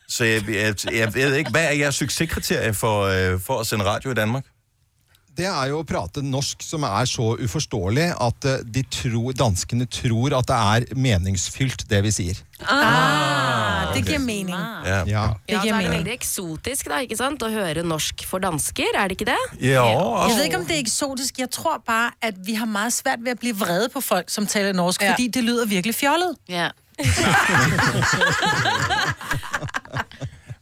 Speaker 1: så jeg, jeg, jeg ved ikke, hvad er jeres succeskriterie for, øh, for at sende radio i Danmark?
Speaker 11: Det er jo å prate norsk som er så uforståelig at eh, de tror, danskene tror at det er meningsfylt, det vi sier.
Speaker 3: Ah, det giver mening.
Speaker 1: Ja.
Speaker 8: Ja,
Speaker 3: giver
Speaker 8: så er det
Speaker 3: mening.
Speaker 8: veldig eksotisk da, ikke sant? Å høre norsk for dansker, er det ikke det?
Speaker 3: Jeg ved
Speaker 1: altså.
Speaker 3: ikke, om det er eksotisk. Jeg tror bare, at vi har meget svært ved at blive vrede på folk, som taler norsk,
Speaker 8: Ja.
Speaker 3: ja. fordi det lyder virkelig fjollet.
Speaker 4: Ja.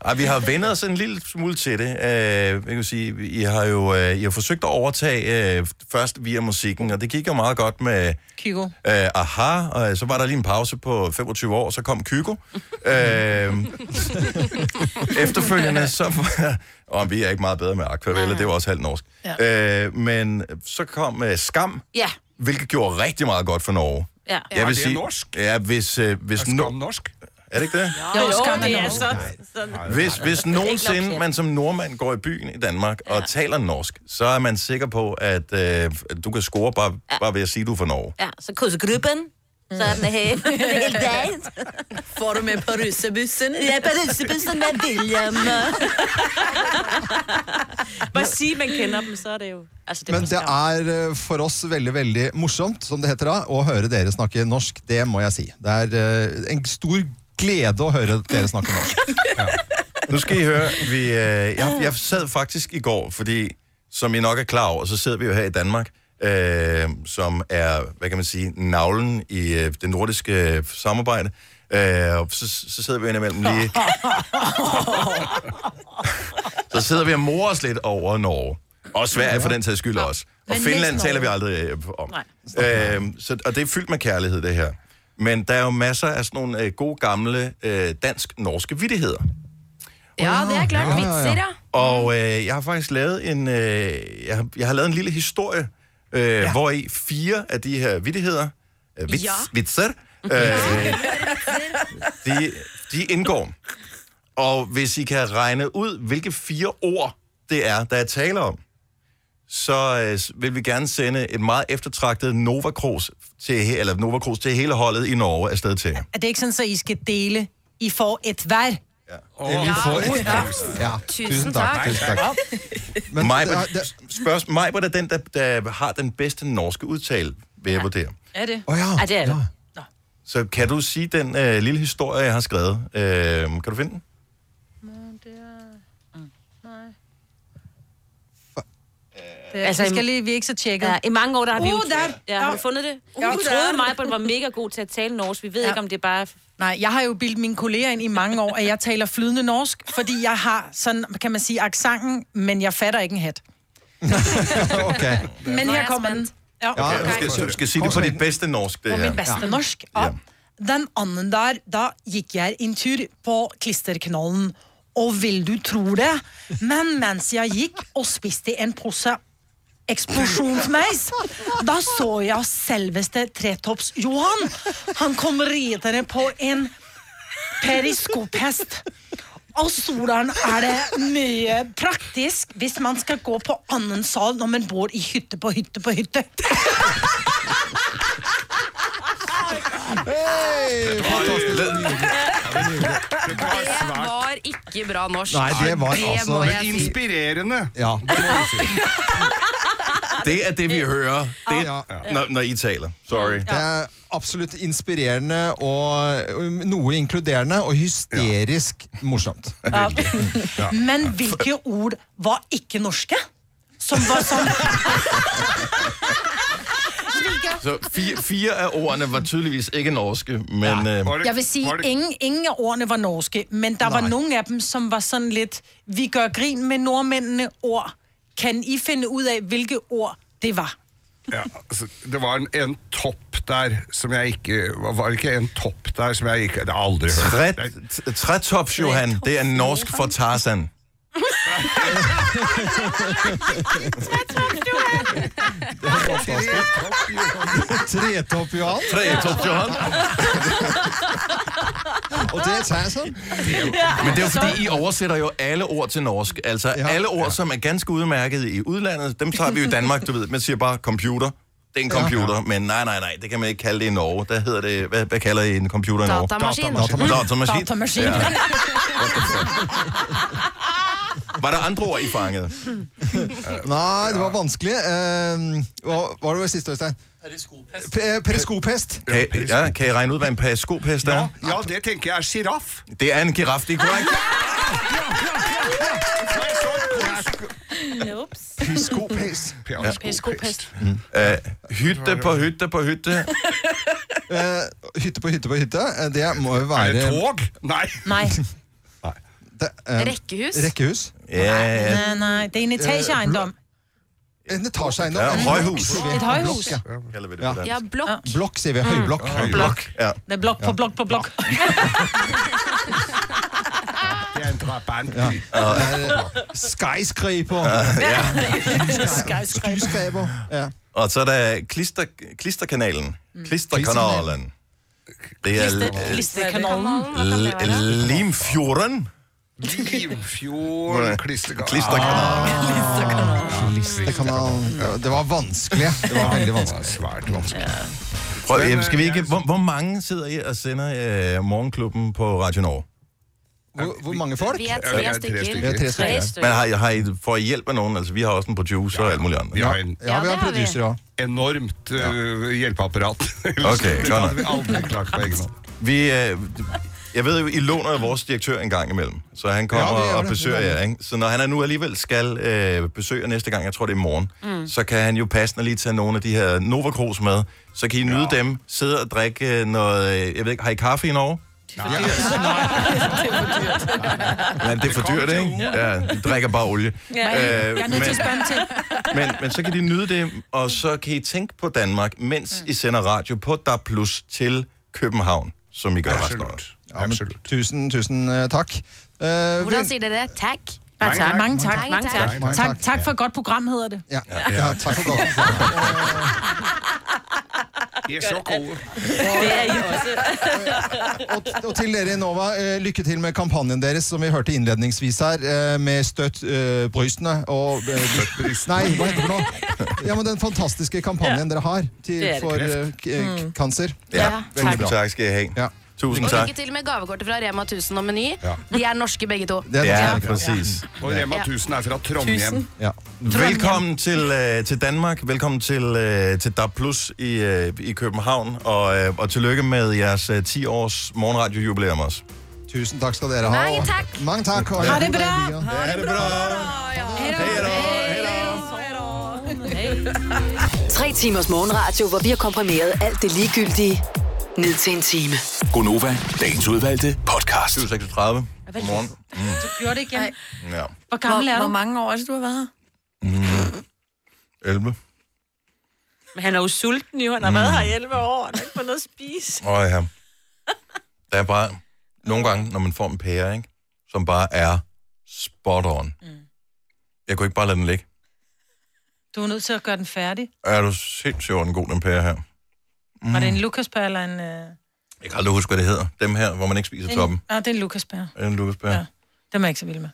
Speaker 1: Ej, vi har vendt os en lille smule til det. Øh, jeg kan sige, I har jo øh, I har forsøgt at overtage øh, først via musikken, og det gik jo meget godt med
Speaker 3: Kygo.
Speaker 1: øh, Aha, og så var der lige en pause på 25 år, så kom Kygo. øh, efterfølgende så var... Og vi er ikke meget bedre med Aquavelle, det var også halvt norsk. Ja. Øh, men så kom øh, Skam,
Speaker 4: Ja.
Speaker 1: hvilket gjorde rigtig meget godt for Norge.
Speaker 4: Ja.
Speaker 1: Jeg vil sige, Ja, hvis, øh, hvis er Skam
Speaker 12: norsk?
Speaker 1: Er det ikke det?
Speaker 4: Jo,
Speaker 3: Jo,
Speaker 4: jo,
Speaker 3: skam er
Speaker 4: det er
Speaker 3: norsk.
Speaker 4: så...
Speaker 1: Hvis, hvis nogensinde man som nordmand går i byen i Danmark og taler norsk, så er man sikker på, at øh, du kan score bare, bare ved at sige, du er fra Norge.
Speaker 4: Ja, så krydser gruppen. Så er den her. Det er helt dejligt.
Speaker 5: Får du med på russebussen?
Speaker 4: Ja, på russebussen med William. Bare sige, man kender dem, så er det jo... Altså, det er
Speaker 11: Men det er eh, for oss veldig veldig morsomt, som det heter da, å høre dere snakke norsk. Det må jeg si. Det er eh, en stor glede å høre dere snakke norsk.
Speaker 1: Nu skal I høre, vi, øh, jeg, jeg sad faktisk i går, fordi som I nok er klar over, så sidder vi jo her i Danmark, øh, som er, hvad kan man sige, navlen i øh, det nordiske øh, samarbejde. Øh, og så, så sidder vi indimellem lige... så sidder vi og morer os lidt over Norge. Og Sverige for den sags skyld også. Og
Speaker 7: Men
Speaker 1: Finland
Speaker 7: mest
Speaker 1: taler vi
Speaker 7: Norge.
Speaker 1: aldrig øh, om. Øhm, så, og det er fyldt med kærlighed, det her. Men der er jo masser af sådan nogle øh, gode, gamle øh, dansk-norske vittigheder.
Speaker 8: Ja, det er klart.
Speaker 1: Ja, ja, ja.
Speaker 8: Vitser, ja.
Speaker 1: Og øh, jeg har faktisk lavet en, øh, jeg, har, jeg har lavet en lille historie, øh, ja. hvor i fire af de her vittigheder, øh, vits,
Speaker 8: Ja.
Speaker 1: ja. vitser, øh, de, de indgår. Og hvis I kan regne ud, hvilke fire ord det er, der er tale om, så øh, s- vil vi gerne sende et meget eftertragtet Nova Cruz til, he- eller Nova Cruz til hele holdet i Norge afsted til. jer.
Speaker 3: Er det ikke sådan, så I skal dele? I får et vær.
Speaker 1: vi får et
Speaker 11: Ja,
Speaker 1: tusind tak. Tusind tak. Men Majbert, spørgsmål, Majbert er den, der, der har den bedste norske udtale, vil jeg vurdere.
Speaker 3: Er det?
Speaker 11: Oh, ja.
Speaker 4: ja, det er det.
Speaker 1: Så kan du sige den øh, lille historie, jeg har skrevet? Øh, kan du finde den?
Speaker 3: Det, altså, vi skal lige, vi er ikke så tjekket.
Speaker 4: Ja, I mange år, der har vi jo...
Speaker 3: Uh, der-
Speaker 4: ja, har du fundet det? Vi
Speaker 3: Uh,
Speaker 4: troede,
Speaker 3: der-
Speaker 4: Majbert var mega god til at tale norsk. Vi ved ikke, om det er bare...
Speaker 3: Nej, jeg har jo bildt mine kolleger ind i mange år, at jeg taler flydende norsk, fordi jeg har sådan, kan man sige, aksangen, men jeg fatter ikke en hat.
Speaker 11: Okay.
Speaker 3: Men her kommer den. Ja,
Speaker 1: Okay, du, skal, du skal sige det på dit bedste norsk, det
Speaker 3: på
Speaker 1: her.
Speaker 3: min beste norsk. Ja. Den anden der, da gikk jeg en tur på klisterknollen. Og vil du tro det? Men mens jeg gikk og spiste en pose eksplosjonsmeis, da så jeg selveste Tretops Johan. Han kom ridende på en periskophest. Og solen er det mye praktisk hvis man skal gå på annen sal når man bor i hytte på hytte på hytte.
Speaker 11: Hey,
Speaker 8: Det var ikke bra norsk.
Speaker 11: Nei, det var altså-
Speaker 8: må jeg
Speaker 11: Men
Speaker 8: si.
Speaker 12: Inspirerende.
Speaker 11: Ja.
Speaker 1: Det er det, vi hører, det, når, når I taler. Sorry.
Speaker 11: Det er absolutt inspirerende og um, noe inkluderende og hysterisk morsomt.
Speaker 3: Ja. Men hvilke ord var ikke norske? Som var sånn
Speaker 1: Så fire, fire af ordene var tydeligvis ikke norske, men... Øh,
Speaker 3: Jeg vil sige, ingen, ingen af ordene var norske, men der var
Speaker 1: Nej.
Speaker 3: nogle af dem, som var sådan lidt, vi gør grin med nordmændene ord. Kan I finde ud af, hvilke ord det var?
Speaker 12: Ja, altså, det var en, en topp der som jeg ikke Var det ikke en topp der som jeg ikke Det har jeg aldri hørt.
Speaker 1: Træt, trætops, Johan, det er norsk for Tarzan.
Speaker 11: Tretopp Johan.
Speaker 1: Tretopp Johan.
Speaker 11: Og det er Tarzan.
Speaker 1: Men det er jo fordi, I oversætter jo alle ord til norsk. Altså alle ord, som er ganske udmærket i udlandet, dem tager vi jo i Danmark, du ved. Man siger bare computer. Det er en
Speaker 12: Ja.
Speaker 1: computer, men nej, nej, nej, det kan man ikke kalde det i Norge. Der hedder det, hvad, hvad kalder I en computer i Norge?
Speaker 8: Datamaskin.
Speaker 1: Datamaskin. Datamaskin.
Speaker 8: Datamaskin.
Speaker 1: Ja. Var der andre ord, I fangede?
Speaker 11: Nei, det var vanskelig. Eh, hva hva var det ved siste, Øystein? Periskopest. Periskopest.
Speaker 1: Kan, I- ja, kan I regne ud, hvad en periskopest er?
Speaker 12: Ja, det tenker jeg er sjiraff.
Speaker 1: Det er en giraf, det er korrekt.
Speaker 11: Periskopest.
Speaker 12: Periskopest.
Speaker 1: Øh, hytte på hytte på hytte.
Speaker 11: Eh, hytte på hytte på hytte, eh, det må jo være
Speaker 12: Er det tog? Nei.
Speaker 3: Nei.
Speaker 11: Det, eh,
Speaker 3: Rekkehus? eh,
Speaker 11: Rekkehus.
Speaker 1: Eh,
Speaker 3: Nej, nej, det er en etageejendom.
Speaker 11: Øh, En etasjeeiendom.
Speaker 1: Ja,
Speaker 11: En
Speaker 1: højhus.
Speaker 11: blokk, sier vi.
Speaker 3: Et højhus. Ah.
Speaker 11: Blokk, ja.
Speaker 1: Kalder vi det
Speaker 11: Ja.
Speaker 1: på
Speaker 3: Ja,
Speaker 1: dansk.
Speaker 3: blok.
Speaker 11: Blokk, sier vi. Høyblokk.
Speaker 1: Blok. Ja.
Speaker 3: Det er blok på blok på blok.
Speaker 12: Det er en drabant.
Speaker 11: Skyscraper.
Speaker 1: Ja.
Speaker 11: Skyscraper. Ja.
Speaker 1: Og så er der klister, klisterkanalen. Klisterkanalen. Det er
Speaker 3: Mm. Klister-
Speaker 1: L- L- Limfjorden.
Speaker 12: Limfjorden klisterkanal.
Speaker 3: Ah.
Speaker 11: Klisterkanalen. Ja, Det var vanskelig. Det var veldig vanskelig.
Speaker 12: Svært vanskelig.
Speaker 1: Prøv, øh, skal vi ikke, hvor, hvor mange sidder I og sender øh, Morgenklubben på Radio Norge?
Speaker 11: Hvor, hvor mange folk?
Speaker 8: Vi er tre
Speaker 11: Ja,
Speaker 8: stykker.
Speaker 11: Vi er tre
Speaker 8: Tre
Speaker 11: stykker.
Speaker 1: Men har, I- har I, får I hjælp af nogen? Altså, vi har også en producer og alt muligt andet.
Speaker 12: Vi har en,
Speaker 11: Ja, vi har en producer òg.
Speaker 12: enormt øh, hjelpeapparat.
Speaker 1: Okay,
Speaker 12: det
Speaker 1: godt nok.
Speaker 12: hadde vi aldri klart på egen hånd.
Speaker 1: Vi, øh, jeg ved jo, I låner jo vores direktør en gang imellem, så han kommer
Speaker 12: Ja, vi
Speaker 1: ja,
Speaker 12: gør
Speaker 1: og
Speaker 12: det.
Speaker 1: besøger
Speaker 12: Det gør
Speaker 1: jer. Ikke? Så når han er nu alligevel skal øh, besøge jer næste gang, jeg tror det er i morgen, mm.
Speaker 12: Mm.
Speaker 1: så kan han jo passende lige tage nogle af de her Nova Cruz med. Så kan I nyde ja. dem, sidde og drikke øh, noget, øh, jeg ved ikke, har I kaffe i Norge? Men det er for dyrt, ikke? Ja, de drikker bare olie.
Speaker 3: Ja, jeg er
Speaker 1: Øh,
Speaker 3: nødt til
Speaker 1: men-
Speaker 3: at spørge en ting.
Speaker 1: men, men så kan de nyde det, og så kan I tænke på Danmark, mens I sender radio på DAB Plus til København, som I gør resten af året.
Speaker 11: Ja, men, tusen, tusien eh, takk. Eh,
Speaker 8: Hvordan sier dere det? Takk.
Speaker 3: Mange tak. Mange tak.
Speaker 8: Mange tak.
Speaker 11: Mange
Speaker 3: Tak, tak for et godt program, hedder det.
Speaker 11: Ja, ja takk for godt.
Speaker 12: De er så gode.
Speaker 3: Det er I også.
Speaker 11: Og til dere i Nova, eh, lykke til med kampanjen deres, som vi hørte innledningsvis her, eh, med støtt eh, brystene og eh, Nei, hva heter det for noe? Ja, men den fantastiske kampanjen dere har til,
Speaker 8: Det er det.
Speaker 11: for eh, k- eh,
Speaker 8: Mm.
Speaker 11: kanser.
Speaker 1: Ja,
Speaker 11: Veldig
Speaker 1: tusind
Speaker 11: bra.
Speaker 1: tak skal I have. Tusind
Speaker 8: Og
Speaker 1: tak.
Speaker 8: lykke til med gavekortet fra Rema 1000 og Meny. De er norske begge to.
Speaker 1: Det er ja, præcis.
Speaker 12: Og Rema 1000 er fra Trondheim.
Speaker 8: Tusen.
Speaker 11: Ja.
Speaker 1: Velkommen til, øh, til Danmark, velkommen til, øh, til DAB Plus i, øh, i København, og, øh, og tillykke med jeres øh, 10-års morgenradiojubilæum også.
Speaker 11: Tusen tak skal dere ha.
Speaker 1: Mange
Speaker 11: og-
Speaker 1: tak.
Speaker 11: Mange takk. og
Speaker 1: Ha
Speaker 11: en
Speaker 1: det
Speaker 11: god dag videre.
Speaker 1: Ha det bra.
Speaker 6: Tre timers morgenradio, hvor vi har komprimeret alt det ligegyldige ned til en time.
Speaker 1: Gonova, dagens udvalgte podcast. 7.36. Godmorgen.
Speaker 3: Du gjorde det igen.
Speaker 1: Ja.
Speaker 3: Hvor gammel er du?
Speaker 5: Hvor mange år er det, du har været her?
Speaker 1: Mm. 11.
Speaker 4: Men han er jo sulten jo, han har været her i 11 år, han har ikke fået noget at spise.
Speaker 1: Åh oh, ja. Der er bare nogle gange, når man får en pære, ikke? som bare er spot on. Mm. Jeg kunne ikke bare lade den ligge.
Speaker 3: Du er nødt til at gøre den færdig.
Speaker 1: Er du sindssygt hvor er den god, den pære her? Mm.
Speaker 3: Var det en lukaspær eller en... Øh...
Speaker 1: Jeg kan aldrig huske, hvad det hedder. Dem her, hvor man ikke spiser toppen.
Speaker 3: En... Ah, det er en lukaspær.
Speaker 1: Er det en lukaspære? Ja,
Speaker 3: Dem er jeg ikke så vild med.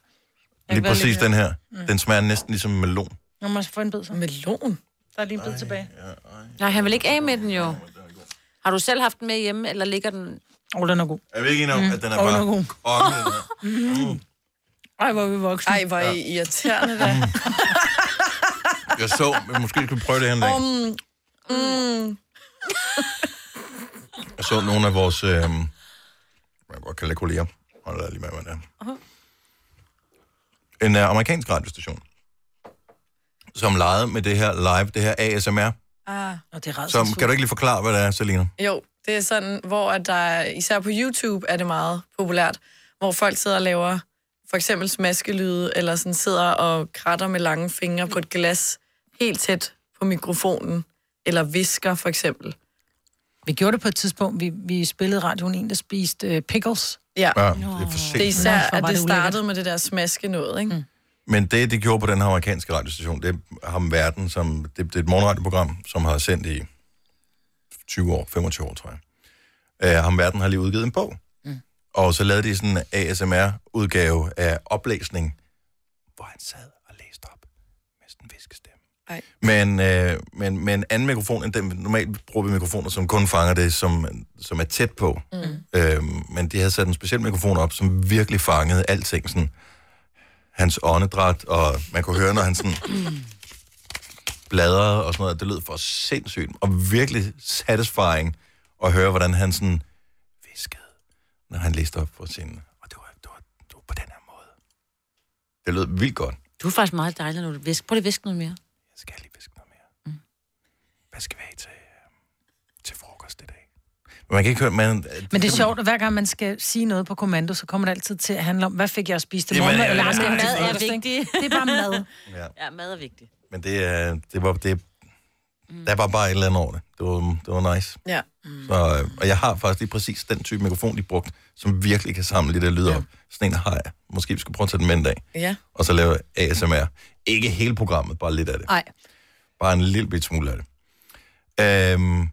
Speaker 3: Jeg
Speaker 1: lige
Speaker 3: kan godt
Speaker 1: præcis
Speaker 3: lide
Speaker 1: den her.
Speaker 3: Mm.
Speaker 1: Den smager næsten ligesom melon.
Speaker 3: Nu må jeg få en bid så. Melon? Der er lige en bid tilbage.
Speaker 4: Nej, han vil ikke af med den jo. Har du selv haft den med hjemme, eller ligger den...
Speaker 3: Åh, oh, den er god.
Speaker 1: Er vi ikke enige om,
Speaker 3: Mm.
Speaker 1: at den er
Speaker 3: Åh,
Speaker 1: bare
Speaker 3: den er god.
Speaker 1: konge, den her?
Speaker 3: Ej, hvor er vi voksne.
Speaker 5: Ej, hvor er I irriterende, da.
Speaker 1: Mm, Jeg så, men måske skulle prøve det her en dag.
Speaker 5: Om... Mm.
Speaker 1: Jeg så nogle af vores, øh, man kan godt kalde det kolleger, hold da lige med, hvad det er. En øh, amerikansk radiostation, som legede med det her live, det her ASMR.
Speaker 5: Ah. Og det er
Speaker 1: Som, kan du ikke lige forklare, hvad det er, Selina?
Speaker 5: Jo, det er sådan, hvor at der, er- især på YouTube er det meget populært, hvor folk sidder og laver for eksempel smaskelyde, eller sådan sidder og kratter med lange fingre på et glas helt tæt på mikrofonen, eller visker for eksempel.
Speaker 3: Vi gjorde det på et tidspunkt, vi, vi spillede radioen en, der spiste øh, pickles.
Speaker 5: Ja.
Speaker 1: Ja, det er for sent.
Speaker 5: Det er især,
Speaker 3: Nå, hvor
Speaker 5: at det
Speaker 3: var det ulækkert.
Speaker 5: startede med det der smaske noget, ikke? Mm.
Speaker 1: Men det, de gjorde på den her amerikanske radiostation, det har med verden, som, det, det er et morgenradioprogram, som har sendt i 20 år, 25 år, tror jeg. Uh, ham verden har lige udgivet en bog. Mm. Og så lavede de sådan en ASMR-udgave af oplæsning, hvor han sad og læste op med sådan en viskestemme. Men, øh, men med en anden mikrofon end den, normalt bruger vi mikrofoner, som kun fanger det, som, som er tæt på. Mm. Øh, men de havde sat en speciel mikrofon op, som virkelig fangede alting, sådan hans åndedræt, og man kunne høre, når han sådan bladrede og sådan noget. Det lød for sindssygt, og virkelig satisfying at høre, hvordan han sådan viskede, når han læste op på sin... Og det var, det var, det var på den her måde. Det lød vildt godt.
Speaker 4: Du er faktisk meget dejlig, når du visker. Prøv lige at viske noget mere.
Speaker 1: Hvad skal vi have til, øh, til frokost i dag? Men man kan ikke høre... Man,
Speaker 3: Men det er sjovt, at hver gang man skal sige noget på kommando, så kommer det altid til at handle om, hvad fik jeg at spise til
Speaker 1: Jamen,
Speaker 3: morgen?
Speaker 1: ja,
Speaker 3: Eller
Speaker 1: ja,
Speaker 3: skal
Speaker 1: ja.
Speaker 3: jeg have
Speaker 1: Mad
Speaker 3: til
Speaker 1: er
Speaker 3: frokost, ikke? Det er bare mad.
Speaker 1: Ja.
Speaker 4: ja, mad er vigtigt.
Speaker 1: Men det, er, det var... Det, der var bare et eller andet over det. Det var, det var nice.
Speaker 5: Ja.
Speaker 1: Så, øh, og jeg har faktisk lige præcis den type mikrofon, de brugte, som virkelig kan samle de der lyder op. Sådan en har jeg. Måske vi skal prøve at tage den med en dag,
Speaker 5: Ja.
Speaker 1: og så lave ASMR. Ikke hele programmet, bare lidt af det.
Speaker 3: Nej.
Speaker 1: Bare en lille bit smule af det. Øhm,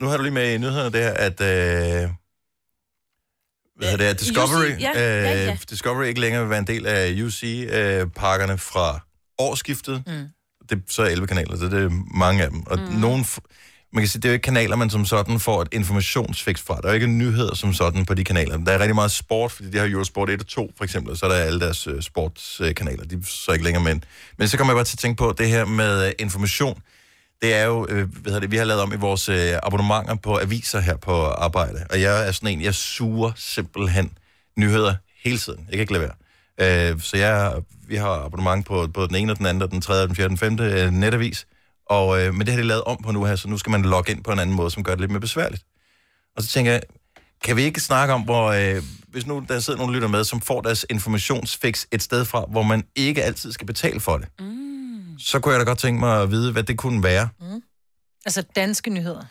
Speaker 1: nu har du lige med i nyhederne der, at... Øh, hvad hedder det? at Discovery,
Speaker 13: UC, ja, ja, ja.
Speaker 1: Øh, Discovery ikke længere vil være en del af UC-pakkerne fra årsskiftet. Mm. Det, så er 11 kanaler, så det er mange af dem. Og mm. nogen, f- man kan sige, det er jo ikke kanaler, man som sådan får et informationsfix fra. Der er jo ikke nyheder som sådan på de kanaler. Der er rigtig meget sport, fordi de har Eurosport 1 og 2 for eksempel, og så er der alle deres øh, sportskanaler. De er så ikke længere med. Men så kommer jeg bare til at tænke på det her med øh, information det er jo, øh, hvad hedder det, vi har lavet om i vores øh, abonnementer på aviser her på arbejde. Og jeg er sådan en, jeg suger simpelthen nyheder hele tiden. Jeg kan ikke lade være. Øh, så jeg, vi har abonnement på både den ene og den anden, og den tredje, og den fjerde, og den femte øh, netavis. Og, øh, men det har de lavet om på nu her, så nu skal man logge ind på en anden måde, som gør det lidt mere besværligt. Og så tænker jeg, kan vi ikke snakke om, hvor, øh, hvis nu der sidder nogle lytter med, som får deres informationsfix et sted fra, hvor man ikke altid skal betale for det, mm. så kunne jeg da godt tænke mig at vide, hvad det kunne være.
Speaker 3: Altså danske nyheder.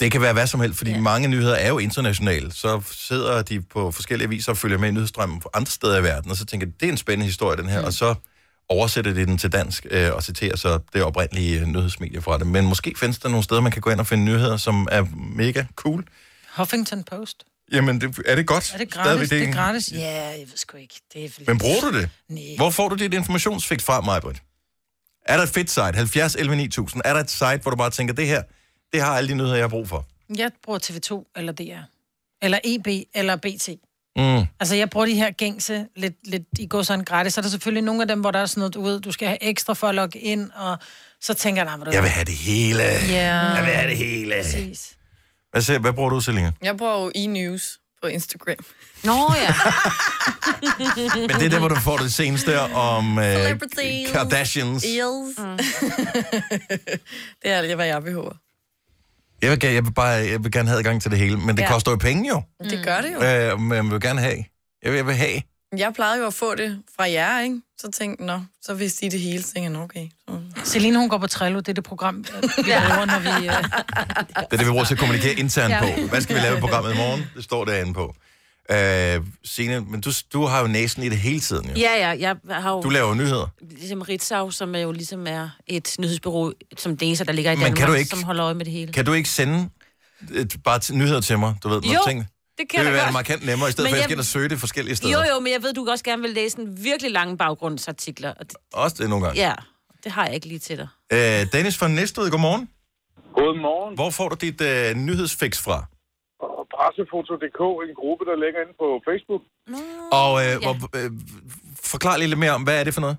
Speaker 1: Det kan være hvad som helst, fordi ja. mange nyheder er jo internationale. Så sidder de på forskellige aviser og følger med i nyhedsstrømmen fra andre steder i verden, og så tænker de, det er en spændende historie, den her, mm. og så oversætter de den til dansk øh, og citerer så det oprindelige øh, nyhedsmedie fra det. Men måske findes der nogle steder, man kan gå ind og finde nyheder, som er mega cool.
Speaker 3: Huffington Post.
Speaker 1: Jamen, det, er det godt?
Speaker 3: Er det
Speaker 1: Stadigvæk
Speaker 3: gratis? Det er gratis. Ja, jeg ved sgu ikke. Det er
Speaker 1: Men bruger du det? Nej. Hvor får du dit informationsfix fra, Majbrit? Er der et fedt site? 70 11 9000. Er der et site, hvor du bare tænker, det her, det har alle de nyheder, jeg har brug for?
Speaker 3: Jeg bruger TV2 eller DR. Eller EB eller BT.
Speaker 1: Mm.
Speaker 3: Altså, jeg bruger de her gængse lidt, lidt i går sådan gratis. Så er der selvfølgelig nogle af dem, hvor der er sådan noget, du ved, du skal have ekstra for at logge ind, og så tænker jeg, nej,
Speaker 1: Jeg vil have det hele.
Speaker 5: Ja.
Speaker 1: Jeg vil have det hele.
Speaker 5: Præcis.
Speaker 1: Hvad, siger, hvad bruger du, Selina?
Speaker 5: Jeg bruger jo e-news på Instagram.
Speaker 4: Nå ja.
Speaker 1: Men det er der, hvor du får det seneste om øh,
Speaker 5: Celebrities.
Speaker 1: Kardashians.
Speaker 5: Eels. Mm. det er alt, hvad jeg behøver.
Speaker 1: Jeg vil, ga- jeg, vil bare, jeg vil gerne have adgang til det hele, men det
Speaker 5: Ja.
Speaker 1: koster jo penge jo.
Speaker 5: Det gør det jo.
Speaker 1: Øh, men jeg vil gerne have. Jeg vil, jeg vil have.
Speaker 5: Jeg plejede jo at få det fra jer, ikke? Så tænkte jeg, nå, så vidste I det hele. Så tænkte jeg, nå, okay. Så.
Speaker 3: Selina, hun går på Trello, det er det program, vi laver, når vi... Øh...
Speaker 1: Det er det, vi bruger til at kommunikere internt
Speaker 3: Ja.
Speaker 1: ja. på. Hvad skal vi lave i programmet i morgen? Det står derinde på. Øh, Signe, men du, du har jo næsen i det hele tiden jo.
Speaker 4: Ja, ja, jeg har jo...
Speaker 1: Du laver jo nyheder.
Speaker 4: Ligesom Ritzau, som er jo ligesom er et nyhedsbureau, som det eneste, der ligger i
Speaker 1: Men kan
Speaker 4: Danmark,
Speaker 1: du ikke-
Speaker 4: som holder øje med det hele.
Speaker 1: Kan du ikke sende øh, bare til, nyheder til mig? Du ved, når
Speaker 4: Jo,
Speaker 1: ting.
Speaker 4: det kan
Speaker 1: det
Speaker 4: jeg
Speaker 1: vil være
Speaker 4: godt.
Speaker 1: markant nemmere, i stedet
Speaker 4: Men
Speaker 1: for at jeg
Speaker 4: jeg-
Speaker 1: skal ind og søge det forskellige steder.
Speaker 4: Jo, jo, men jeg ved, du også gerne vil læse en virkelig lange baggrundsartikler. Og det,
Speaker 1: Også det nogle gange.
Speaker 4: ja, det har jeg ikke lige til dig.
Speaker 1: Øh, Dennis fra Næstved, godmorgen. Godmorgen. Hvor får du dit øh, nyhedsfix fra?
Speaker 14: Pressefoto.dk, en gruppe, der ligger inde på Facebook.
Speaker 1: Og øh, hvor, øh, forklar lige lidt mere om, hvad er det for noget?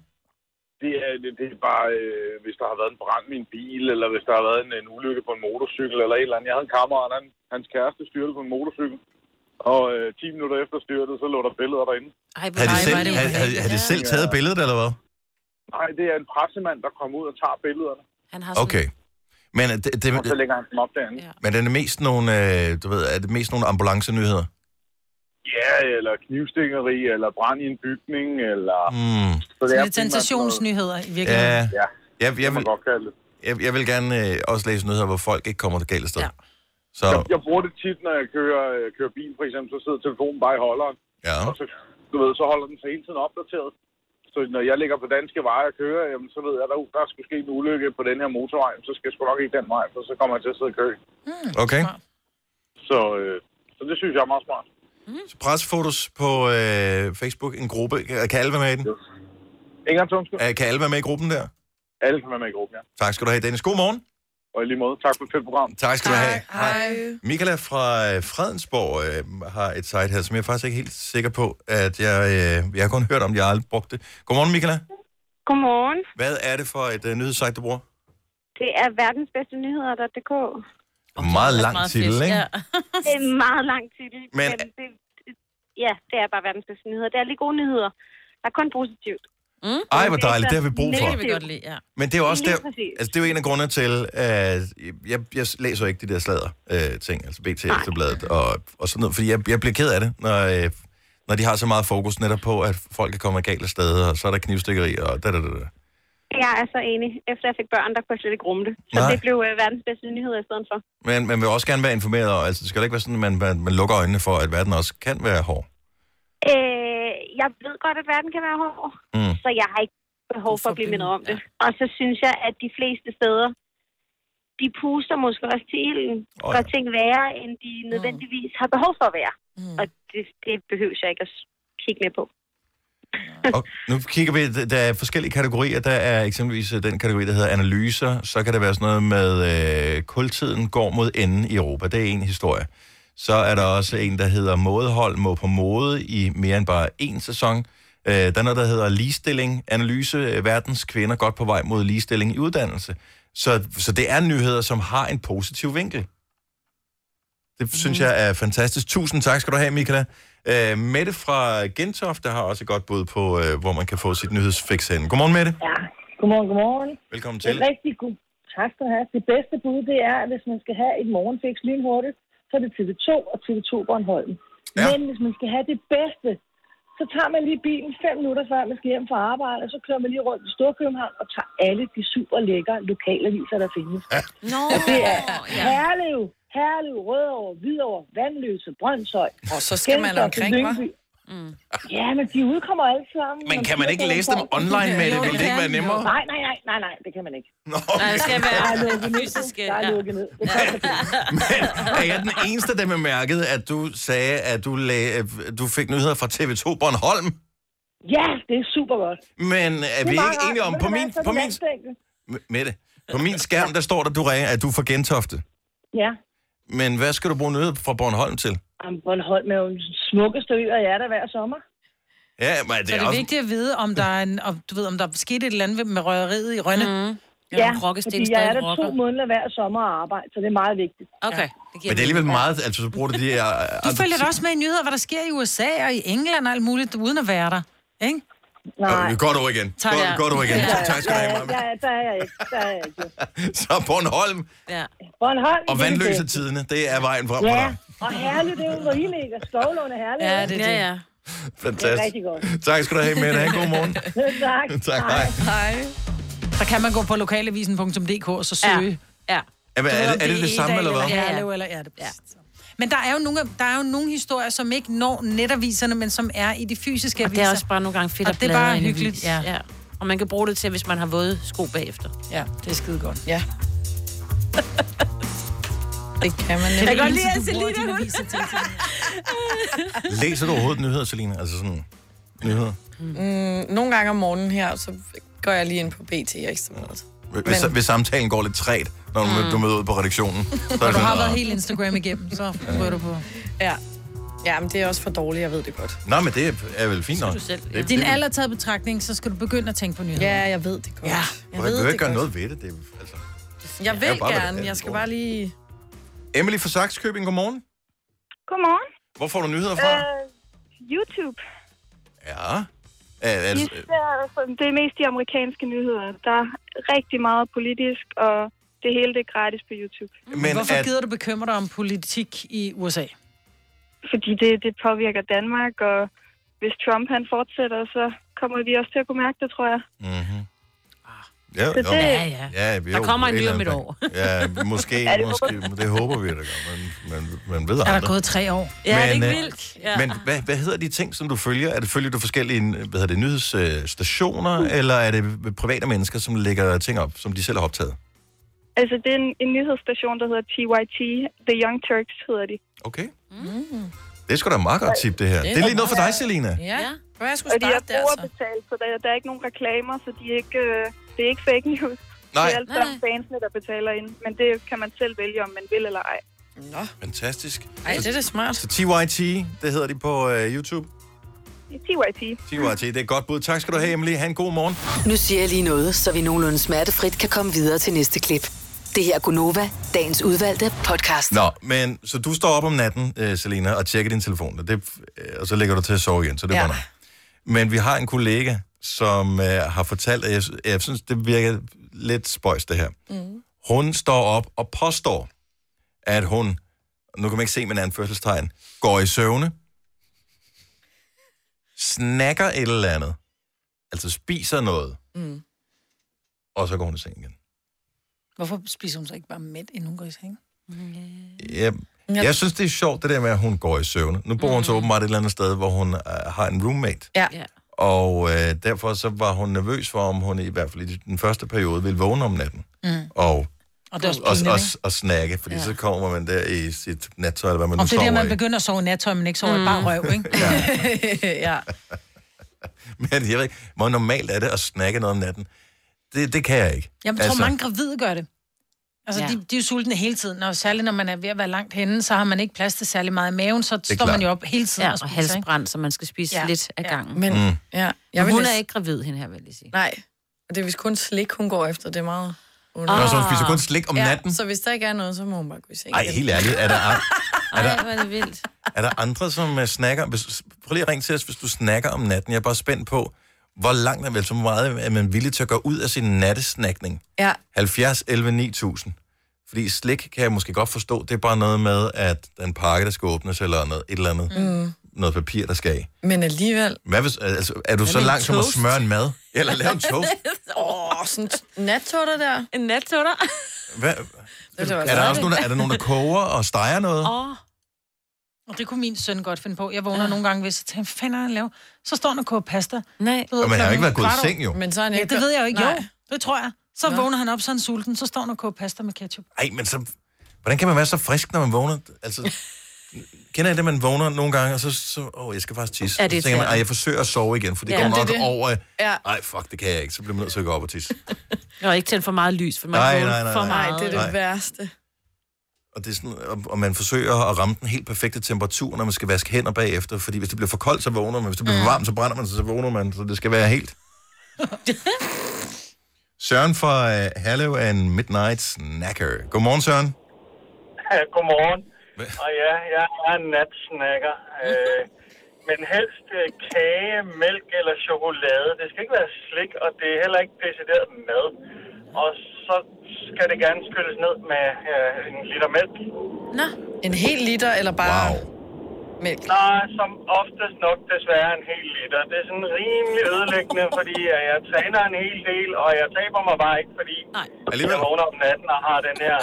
Speaker 14: Det er, det, det er bare, øh, hvis der har været en brand i en bil, eller hvis der har været en, en ulykke på en motorcykel, eller et eller andet. Jeg havde en kammerat, han, hans kæreste styrtede på en motorcykel, og øh, 10 minutter efter styrtet, så lå der billeder derinde.
Speaker 4: Ej,
Speaker 1: Har de selv, har, har, har de selv taget billedet, eller hvad?
Speaker 14: Nej, det er en pressemand, der kommer ud og tager billederne.
Speaker 4: Han har
Speaker 1: Okay. Men, øh, det, det,
Speaker 14: Og så lægger han dem op derinde. Ja,
Speaker 1: men er det mest nogle, øh, du ved, er det mest nogle ambulancenyheder?
Speaker 14: ja eller knivstikkeri, eller brand i en bygning, eller...
Speaker 1: Mm.
Speaker 14: Så
Speaker 3: Så lidt
Speaker 14: primært sådan noget-
Speaker 3: sensationsnyheder i virkeligheden.
Speaker 1: Ja, jeg, jeg, vil, jeg, jeg vil gerne øh, også læse nyheder, hvor folk ikke kommer galt af sted. Ja. Så
Speaker 14: Jeg, jeg bruger det tit, når jeg kører, øh, kører bil, for eksempel, så sidder telefonen bare i holderen.
Speaker 1: Ja.
Speaker 14: Og så, du ved, så holder den sig hele tiden opdateret. Så når jeg ligger på danske veje og kører, jamen, så ved jeg, at uh, der, der skulle ske en ulykke på den her motorvej, så skal jeg sgu nok ikke den vej, for så kommer jeg til at sidde og køre.
Speaker 1: okay.
Speaker 14: Så, øh, så det synes jeg er meget smart.
Speaker 1: Så pressefotos på øh, Facebook, en gruppe. Kan kan alle være med i den? Øh,
Speaker 14: Ingen tundskyld.
Speaker 1: Kan alle være med i gruppen der?
Speaker 14: Alle kan være med i gruppen, ja.
Speaker 1: Tak skal du have, Dennis. God morgen.
Speaker 14: Og i lige måde, tak for et fedt program.
Speaker 1: Tak skal du have. Michaela fra øh, Fredensborg øh, har et site her, som jeg er faktisk ikke helt sikker på, at jeg, øh, jeg har kun hørt om, jeg har aldrig brugt det. Godmorgen, Michaela.
Speaker 13: Godmorgen.
Speaker 1: Hvad er det for et øh, nyhedssite, du bruger?
Speaker 13: Det er verdensbedstenyheder.dk.
Speaker 1: Meget lang titel, ikke?
Speaker 13: det er en meget lang titel.
Speaker 1: Men-
Speaker 13: det, ja, det er bare verdens bedste nyheder. Det er lige gode nyheder. Der er kun positivt. Mm.
Speaker 1: Ej, hvor dejligt. Det har vi brug for. Det kan vi
Speaker 4: godt lide, ja.
Speaker 1: Men det er jo også der,
Speaker 13: Lige præcis.
Speaker 1: altså det er jo en af grundene til, at jeg, jeg læser jo ikke de der slader øh, ting, altså BT Ekstrabladet og, og sådan noget, fordi jeg, jeg bliver ked af det, når, øh, når de har så meget fokus netop på, at folk kan komme galt af steder, og så er der knivstikkeri og da, da, da, da.
Speaker 13: Jeg er så enig. Efter jeg fik børn, der kunne jeg slet ikke rumme det. Så
Speaker 1: Nej.
Speaker 13: det blev uh, verdens bedste nyheder i stedet for.
Speaker 1: Men man vil også gerne være informeret, og altså, det skal jo ikke være sådan, at man, man, man lukker øjnene for, at verden også kan være hård.
Speaker 13: Øh, jeg ved godt, at verden kan være hård,
Speaker 1: Mm.
Speaker 13: så jeg har ikke behov for at blive mindet om det. Og så synes jeg, at de fleste steder, de puster måske også til ilden,
Speaker 1: oh,
Speaker 13: ja. og ting værre, end de nødvendigvis har behov for at være. Mm. Og det, det behøver jeg ikke at s- kigge med på.
Speaker 1: Og nu kigger vi, der er forskellige kategorier. Der er eksempelvis øh, den kategori, der hedder analyser. Så kan der være sådan noget med, øh, kultiden går mod enden i Europa. Det er en historie. Så er der også en, der hedder modehold må på mode i mere end bare én sæson. Øh, der er noget, der hedder ligestilling. Analyse øh, verdens kvinder godt på vej mod ligestilling i uddannelse. Så, så det er nyheder, som har en positiv vinkel. Det synes jeg er fantastisk. Tusind tak skal du have, Michaela. Øh, Mette fra Gentofte har også et godt bud på, øh, hvor man kan få sit nyhedsfix hen. Godmorgen, Mette. Ja.
Speaker 15: Godmorgen, godmorgen.
Speaker 1: Velkommen
Speaker 15: Det
Speaker 1: til.
Speaker 15: er rigtig god. Tak skal du have. Det bedste bud, det er, at hvis man skal have et morgenfix lynhurtigt, så er det TV2 og TV2 Bornholm. Ja. Men hvis man skal have det bedste, så tager man lige bilen fem minutter før man skal hjem fra arbejde, og så kører man lige rundt i Storkøbenhavn og tager alle de super lækre lokalaviser, der findes. Ja.
Speaker 4: Nå,
Speaker 15: Og det er
Speaker 4: ja.
Speaker 15: Herlev, Herlev, Rødovre, Hvidovre, Vandløse, Brøndshøj.
Speaker 5: Og så skal man
Speaker 15: Gentofte,
Speaker 5: omkring, hva'?
Speaker 15: Lyngby. Ja, men de udkommer alle sammen.
Speaker 1: Men
Speaker 15: Når
Speaker 1: kan
Speaker 15: de
Speaker 1: man ikke
Speaker 15: udkommer
Speaker 1: læse dem
Speaker 15: folk-
Speaker 1: online, Mette?
Speaker 15: Jo,
Speaker 1: Ville det
Speaker 15: kan.
Speaker 1: ikke være nemmere?
Speaker 15: Nej, nej, nej, nej, nej, det kan man ikke.
Speaker 1: Nå.
Speaker 4: Nej, det skal
Speaker 15: Der
Speaker 4: være
Speaker 15: er lukket ned.
Speaker 4: fysiske,
Speaker 15: Der er
Speaker 4: ja.
Speaker 15: lukket ned.
Speaker 1: Er jeg den eneste, der bemærkede, at du sagde, at du, lag, øh, du fik nyheder fra TV2 Bornholm?
Speaker 15: Ja, det er super godt.
Speaker 1: Men er vi ikke enige om, på min,
Speaker 15: altså,
Speaker 1: på min, M- Mette, på min skærm, der står der, du ringer, at du er fra Gentofte.
Speaker 15: Ja,
Speaker 1: Men hvad skal du bruge nyheder fra Bornholm til?
Speaker 15: Jamen, Bornholm er jo en smukkeste ø, og jeg er der hver sommer.
Speaker 1: Ja, men
Speaker 3: Det er, så det er
Speaker 1: også...
Speaker 3: vigtigt at vide, om der er en, om, du ved, om der skete et eller andet med røgeriet i Rønne. Mm.
Speaker 15: Mm-hmm. fordi jeg er der to måneder hver sommer og arbejde, så det er meget vigtigt.
Speaker 4: Okay.
Speaker 1: Men det er alligevel meget, altså så bruger du de her...
Speaker 3: Du følger da også med i nyheder, hvad der sker i USA og i England og alt muligt, uden at være der. Ikke?
Speaker 1: Nej. Godt ord igen.
Speaker 3: Tak, ja.
Speaker 1: Godt, godt ord igen.
Speaker 3: Ja.
Speaker 1: Tak skal du have, Maja.
Speaker 15: Ja, der er jeg ikke. Der er jeg ikke.
Speaker 1: Så Bornholm
Speaker 4: Ja.
Speaker 15: Bornholm.
Speaker 1: og
Speaker 15: det er det
Speaker 1: vandløse
Speaker 15: bedste.
Speaker 1: tidene, det er vejen frem for
Speaker 15: Ja,
Speaker 1: dig.
Speaker 15: og herligt, det er jo, hvor I ligger. Skovlån er herligt.
Speaker 4: Ja, det er det. Ja, ja.
Speaker 15: Det er
Speaker 1: Fantastisk.
Speaker 15: rigtig godt.
Speaker 1: Tak skal du have, Mette. Ha' en god morgen.
Speaker 15: tak.
Speaker 1: Tak, hej.
Speaker 3: Hej. Der kan man gå på lokalavisen.dk og så søge.
Speaker 4: Ja. ja.
Speaker 1: Jamen, er, det, er det det samme, eller hvad?
Speaker 3: Ja, eller, eller, ja, det ja. Men der er, jo nogle, der er jo nogle historier, som ikke når netaviserne, men som er i de fysiske
Speaker 4: Og
Speaker 3: aviser.
Speaker 4: det er også bare nogle gange fedt
Speaker 3: Og
Speaker 4: at
Speaker 3: det er
Speaker 4: bladre
Speaker 3: bare
Speaker 4: i en avis.
Speaker 3: hyggeligt.
Speaker 4: Ja. ja. Og man kan bruge det til, hvis man har våde sko bagefter.
Speaker 3: Ja, det er skide godt.
Speaker 5: Ja. det kan man
Speaker 3: Jeg
Speaker 5: ikke.
Speaker 3: kan godt lide, at
Speaker 5: bruger
Speaker 3: Selina,
Speaker 5: dine
Speaker 3: hun-
Speaker 5: aviser til.
Speaker 1: Læser du overhovedet nyheder, Selina? Altså sådan nyheder?
Speaker 5: Mm, nogle gange om morgenen her, så går jeg lige ind på BT og Ekstrabladet.
Speaker 1: Hvis, hvis samtalen går lidt træt, når du, mm. du møder ud på redaktionen. Så er det
Speaker 3: Og du
Speaker 1: sådan,
Speaker 3: har været
Speaker 1: "Nå."
Speaker 3: helt Instagram igennem, så ryger du på.
Speaker 5: Ja. Ja, men det er også for dårligt, jeg ved det godt.
Speaker 1: Nå, men det er vel fint nok. Det- det-
Speaker 3: Din alder taget i betragtning, så skal du begynde at tænke på nyheder.
Speaker 5: Ja, jeg ved det godt. Ja,
Speaker 1: Jeg behøver ikke gøre noget ved det. det er- altså.
Speaker 5: Jeg
Speaker 1: Det er
Speaker 5: vil
Speaker 1: jo bare, hvad det
Speaker 5: gerne,
Speaker 1: er.
Speaker 5: jeg skal bare lige...
Speaker 1: Emily fra Saxkøbing, godmorgen.
Speaker 13: Godmorgen.
Speaker 1: Hvor får du nyheder fra?
Speaker 13: Øh, YouTube.
Speaker 1: Ja. Er, er,
Speaker 13: Altså, Især, sådan- det er mest de amerikanske nyheder. Der er rigtig meget politisk, og det hele det er gratis på YouTube.
Speaker 3: Men Hvorfor at... gider du bekymre dig om politik i USA?
Speaker 13: Fordi det, det påvirker Danmark, og hvis Trump han fortsætter, så kommer vi også til at kunne mærke det, tror jeg.
Speaker 1: Ah. Ja,
Speaker 13: Så
Speaker 1: jo.
Speaker 13: det-
Speaker 1: ja, ja. ja vi
Speaker 4: Der
Speaker 1: jo
Speaker 4: kommer en
Speaker 1: et
Speaker 4: ny
Speaker 1: eller
Speaker 4: om et
Speaker 1: andet
Speaker 4: år.
Speaker 1: punkt. Ja, måske,
Speaker 4: Ja, det
Speaker 1: ja, det
Speaker 4: håber
Speaker 1: måske. Men det håber vi da godt. Man, man, man ved
Speaker 3: Er der
Speaker 1: aldrig.
Speaker 3: gået tre år?
Speaker 1: Ja, det er Men,
Speaker 3: ikke
Speaker 1: ikke øh, vildt. Ja. Men hvad, hvad hedder de ting, som du følger? Er det følger du forskellige hvad hedder det, nyhedsstationer, eller er det private mennesker, som lægger ting op, som de selv har optaget?
Speaker 16: Altså, det er en, en nyhedsstation, der hedder TYT. The Young Turks hedder de.
Speaker 1: Okay.
Speaker 3: Mm.
Speaker 1: Det er sgu da et meget godt tip, det her. Det er lige noget for dig, Selina.
Speaker 16: Ja,
Speaker 3: for jeg
Speaker 16: skulle
Speaker 5: starte
Speaker 16: de er
Speaker 5: der, så.
Speaker 16: brugerbetalt, så der, der er ikke nogen reklamer, så de er ikke, øh, det er ikke fake news.
Speaker 1: Nej.
Speaker 16: Det er alt sammen fansene, der betaler ind. Men det kan man selv vælge, om man vil eller ej.
Speaker 5: Nå.
Speaker 1: Fantastisk.
Speaker 5: Ej, det er da smart.
Speaker 1: Så TYT, det hedder de på øh, YouTube.
Speaker 16: TYT.
Speaker 1: TYT, det er et godt bud. Tak skal du have, Emily. Ha' en god morgen.
Speaker 6: Nu siger jeg lige noget, så vi nogenlunde smertefrit kan komme videre til næste klip. Det her er Gunova, dagens udvalgte podcast.
Speaker 1: Nå, men så du står op om natten, øh, Selina, og tjekker din telefon, og, det, øh, og så lægger du til at sove igen, så det er
Speaker 17: Ja.
Speaker 1: ja. Men vi har en kollega, som øh, har fortalt, at jeg, jeg synes, det virker lidt spøjs, det her.
Speaker 17: Mm.
Speaker 1: Hun står op og påstår, at hun, nu kan man ikke se med en anførselstegn, går i søvne, snakker et eller andet, altså spiser noget,
Speaker 3: Mm.
Speaker 1: og så går hun i seng igen.
Speaker 3: Hvorfor spiser hun så ikke bare mæt, inden hun går i seng?
Speaker 1: Jeg,
Speaker 3: Ja. Mhm.
Speaker 1: jeg synes, det er sjovt, det der med, at hun går i søvne. Nu bor hun så åbenbart et eller andet sted, hvor hun øh, har en roommate.
Speaker 3: Ja.
Speaker 1: Og øh, derfor så var hun nervøs for, om hun i hvert fald i den første periode ville vågne om natten.
Speaker 3: Mm.
Speaker 1: Og,
Speaker 3: Og det er også
Speaker 1: og,
Speaker 3: pinligt,
Speaker 1: og,
Speaker 3: ikke?
Speaker 1: og snakke, fordi
Speaker 3: Ja.
Speaker 1: ja. så kommer man der i sit nattøj, eller hvad man nu
Speaker 3: Om det er
Speaker 1: sover
Speaker 3: der, man
Speaker 1: i.
Speaker 3: begynder at sove i nattøj, men ikke sover mm.
Speaker 5: Mm.
Speaker 3: bare røv, ikke? ja.
Speaker 1: Men jeg ved ikke, hvor normalt er det at snakke noget om natten? Det, det kan jeg ikke. Altså-
Speaker 3: Jamen, jeg tror, mange gravide gør det. Altså, ja. de, de er jo sultne hele tiden, og særligt når man er ved at være langt henne, så har man ikke plads til særlig meget i maven, så står
Speaker 4: klart.
Speaker 3: man jo op hele tiden
Speaker 4: Ja,
Speaker 3: og
Speaker 4: og
Speaker 3: spiser,
Speaker 4: halsbrand, så man skal spise
Speaker 3: Ja.
Speaker 4: lidt af
Speaker 3: Ja.
Speaker 4: gangen.
Speaker 5: Men,
Speaker 1: Mm.
Speaker 4: Men
Speaker 5: ja, jeg vil
Speaker 4: hun er
Speaker 5: næsten-
Speaker 4: ikke gravid, hende her, vil jeg lige sige.
Speaker 5: Nej, og det er vist kun slik, hun går efter. Det er meget...
Speaker 4: Nå, så hun spiser
Speaker 1: kun slik om
Speaker 5: ja,
Speaker 1: natten?
Speaker 5: så hvis der ikke er noget, så må hun bare gå i seng.
Speaker 1: Nej,
Speaker 5: igen.
Speaker 1: helt ærligt, er der, an- er der,
Speaker 4: hvor er det vildt.
Speaker 1: er der andre, som uh, snakker? Hvis, prøv lige at ringe til os, hvis du snakker om natten. Jeg er bare spændt på, hvor langt er vel så meget, er man villig til at gå ud af sin nattesnakning?
Speaker 5: Ja,
Speaker 1: 70 11 9000. Fordi slik kan jeg måske godt forstå, det er bare noget med, at der er en pakke, der skal åbnes, eller noget, et eller andet,
Speaker 5: Mm.
Speaker 1: noget papir, der skal af.
Speaker 5: men alligevel...
Speaker 1: Hvad hvis, altså, er du
Speaker 5: Hvad
Speaker 1: så
Speaker 5: med en
Speaker 1: langt som at
Speaker 5: toast?
Speaker 1: smøre en mad? Eller lave en toast?
Speaker 5: Åh, oh, sådan en nattutter der.
Speaker 4: En nattutter?
Speaker 1: Hvad?
Speaker 3: Det ville være
Speaker 1: Er der også
Speaker 3: dejligt.
Speaker 1: nogen, der, er der nogen, der koger og steger noget?
Speaker 3: Åh. Og det kunne min søn godt finde på. Jeg vågner ja. nogle gange ved, så tænker jeg, hvad fanden er han laver? Så står han og koger pasta.
Speaker 4: Nej.
Speaker 1: Og man har jo ikke været gået i seng, jo.
Speaker 5: Men så er han
Speaker 3: ja,
Speaker 5: ikke-
Speaker 3: det ved jeg jo ikke. Jo,
Speaker 5: Nej.
Speaker 3: det tror jeg. Så
Speaker 5: Nå.
Speaker 3: vågner han op, så er han sulten, så står han og koger pasta med ketchup.
Speaker 1: Ej, men så... Hvordan kan man være så frisk, når man vågner? Altså, kender jeg det, man vågner nogle gange, og så... så åh, jeg skal faktisk tisse.
Speaker 3: Ja,
Speaker 1: Ja,
Speaker 3: det er
Speaker 1: så tænker man,
Speaker 3: irriterende.
Speaker 1: ej, jeg forsøger at sove igen, for det
Speaker 4: Ja,
Speaker 1: ja, går
Speaker 4: det er
Speaker 1: nok
Speaker 4: det.
Speaker 1: over...
Speaker 4: Ja.
Speaker 1: Ej, fuck, det kan jeg ikke. Så bliver man nødt til at gå op og tisse.
Speaker 4: Og ikke tænde for meget lys, for man
Speaker 1: Nej,
Speaker 4: kan
Speaker 1: nej,
Speaker 4: åbne
Speaker 1: nej,
Speaker 4: for
Speaker 1: nej.
Speaker 4: meget.
Speaker 1: Nej, det er det Nej.
Speaker 5: værste.
Speaker 1: Og, det er sådan, og- og man forsøger at ramme den helt perfekte temperatur, når man skal vaske hænder bagefter. Fordi hvis det bliver for koldt, så vågner man. Hvis det bliver for varmt, så brænder man sig, så vågner man. Så det skal være helt... Søren fra øh, Hallev er en midnight snacker. Godmorgen, Søren.
Speaker 18: Ja, Godmorgen. Og ja, jeg er en natsnacker. Øh, men helst øh, kage, mælk eller chokolade. Det skal ikke være slik, og det er heller ikke decideret mad. Og så skal det gerne skylles ned med øh, en liter mælk.
Speaker 5: Nå, en hel liter eller bare... Wow. Mælk.
Speaker 18: Nej, som oftest nok desværre en hel liter. Det er sådan rimelig ødelæggende, fordi øh, jeg træner en hel del, og jeg taber mig bare ikke, fordi
Speaker 1: Alligevel.
Speaker 18: jeg vågner om natten og har den her...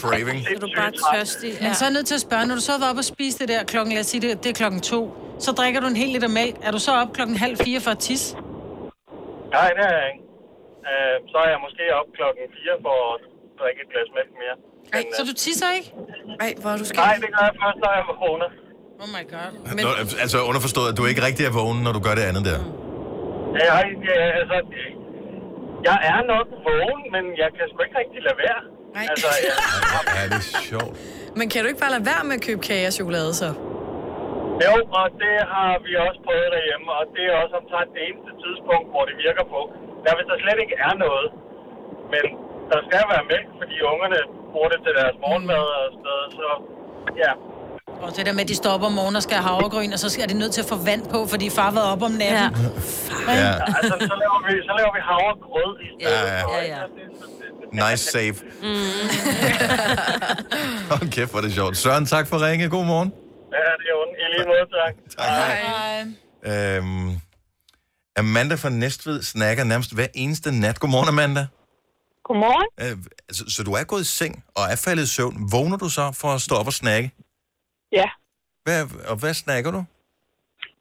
Speaker 1: Craving.
Speaker 18: Så er du
Speaker 4: bare tørstig.
Speaker 3: Men så er jeg nødt til at spørge, når du så var oppe og spise det der klokken, lad os sige det, det er klokken to, så drikker du en hel liter mælk. Er du så op klokken halv fire for at tisse?
Speaker 18: Nej, det er jeg ikke. Øh, så er jeg måske op klokken 4 for at drikke et glas mælk mere.
Speaker 3: Ej, så du tisser ikke?
Speaker 5: Nej, hvor er du skal.
Speaker 18: Nej, det gør jeg først, når jeg vågner.
Speaker 3: Oh my god.
Speaker 1: Men... Nå, altså underforstået, at du ikke rigtig er vågen, når du gør det andet der.
Speaker 18: Jeg, jeg, altså, jeg er nok vågen, men jeg kan sgu ikke rigtig lade være.
Speaker 5: Nej.
Speaker 18: Altså, jeg,
Speaker 1: Ja, det er sjovt.
Speaker 5: Men kan du ikke bare lade være med at købe kage og chokolade så?
Speaker 18: jo, og det har vi også prøvet derhjemme, og det er også omtrent det eneste tidspunkt, hvor det virker på. Der hvis der slet ikke er noget, men der skal være mælk, fordi ungerne bruger det til deres
Speaker 1: Mm.
Speaker 18: morgenmad og sådan noget, så ja.
Speaker 3: Og det der med, at de står op om morgenen og skal have havregryn, og så er de nødt til at få vand på, fordi far var op om natten. Ja.
Speaker 1: Ja.
Speaker 18: Altså, så laver vi, så laver vi havregrød i stedet.
Speaker 1: Ja, ja.
Speaker 18: for,
Speaker 1: Ja,
Speaker 18: ikke?
Speaker 1: ja.
Speaker 18: Så det-
Speaker 1: Nice save. Hold kæft, hvor er det sjovt. Søren, tak for at ringe. God morgen.
Speaker 18: Ja, det er ondt. I lige måde, tak.
Speaker 1: tak. Øhm, Amanda fra Næstved snakker nærmest hver eneste nat. Godmorgen, Amanda.
Speaker 17: Godmorgen.
Speaker 1: Øh, så, så du er gået i seng og er faldet i søvn. Vågner du så for at stå op og snakke?
Speaker 17: Ja.
Speaker 1: Hvad, og hvad snakker du?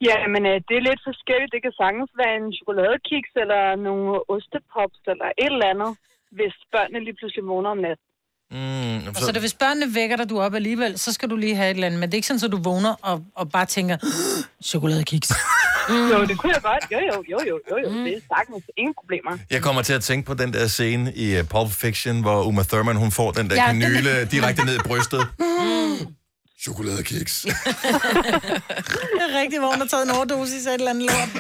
Speaker 17: Ja, men øh, det er lidt forskelligt. Det kan sagtens være en chokoladekiks eller nogle ostepops eller et eller andet, hvis børnene lige pludselig vågner om natten.
Speaker 1: Mm,
Speaker 3: Og så er det, hvis børnene vækker dig, du er op alligevel, så skal du lige have et eller andet. Men det er ikke sådan, at du vågner og, og bare tænker, "Mm." chokoladekiks.
Speaker 17: Jo, det kunne jeg godt. Jo, jo, jo, jo, jo, jo. Mm. Det er sagtens ingen problemer.
Speaker 1: Jeg kommer til at tænke på den der scene i øh, Pulp Fiction, hvor Uma Thurman hun får den der
Speaker 17: Ja,
Speaker 1: ja,
Speaker 17: den-
Speaker 1: kanyle direkte ned i brystet. Chokoladekiks.
Speaker 3: det er rigtigt, hvor hun har taget en overdosis af et eller andet lort.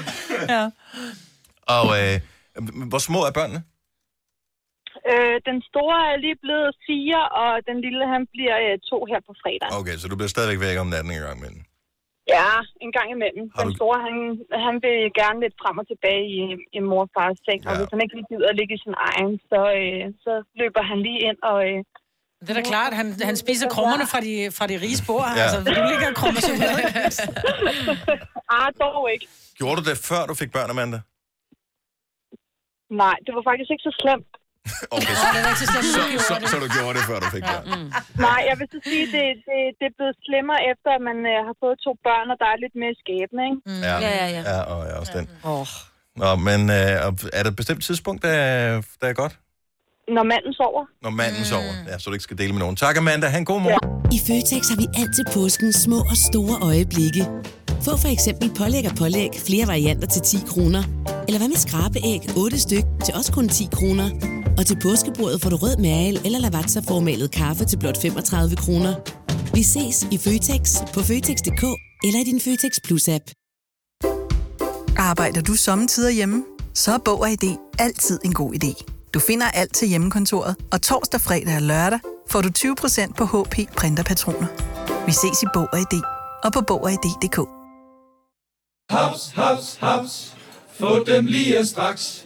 Speaker 3: Ja.
Speaker 1: Og øh, hvor små er børnene?
Speaker 17: Øh, den store er lige blevet fire, og den lille han bliver øh, to her på fredag.
Speaker 1: Okay, så du bliver stadigvæk væk om natten en gang imellem.
Speaker 17: Ja, en gang imellem. Den store, han, han vil gerne lidt frem og tilbage i, i mor og fars seng, ja. og hvis han ikke lige gider at ligge i sin egen, så, øh, så løber han lige ind og... Øh,
Speaker 3: Det er da klart, han, han spiser krummerne fra de, fra de rige spor. Ja. Altså, du ligger og krummer chokoladekiks.
Speaker 17: ah, dog ikke.
Speaker 1: Gjorde du det, før du fik børn, Amanda?
Speaker 17: Nej, det var faktisk ikke så slemt.
Speaker 1: Okay, så, så, så, så du gjorde det, før du fik børn.
Speaker 4: Mm,
Speaker 17: Nej, jeg vil så sige, det, det, det er blevet slemmere efter, at man øh, har fået to børn, og der er lidt mere skæbne, ikke?
Speaker 1: Mm. ja og jeg er også den.
Speaker 17: Oh.
Speaker 1: Nå, men øh, og er der et bestemt tidspunkt, der, er- der er godt?
Speaker 17: Når manden sover.
Speaker 1: Når manden mm. sover. Ja, så du ikke skal dele med nogen. Tak, Amanda. Han god morgen.
Speaker 19: I Føtex har vi altid påsken små og store øjeblikke. Få for eksempel pålæg og pålæg flere varianter til 10 kroner. Eller hvad med skrabeæg 8 styk til også kun 10 kroner. Og til påskebordet får du rød mal eller lavatserformalet kaffe til blot 35 kroner. Vi ses i Føtex på Føtex.dk eller i din Føtex Plus-app.
Speaker 20: Arbejder du sommetider hjemme? Så er Bog og ID altid en god idé. Du finder alt til hjemmekontoret, og torsdag, fredag og lørdag får du 20% på HP Printerpatroner. Vi ses i Bog og ID og på Bog og ID.dk.
Speaker 10: Haps, haps, haps. Få dem lige straks.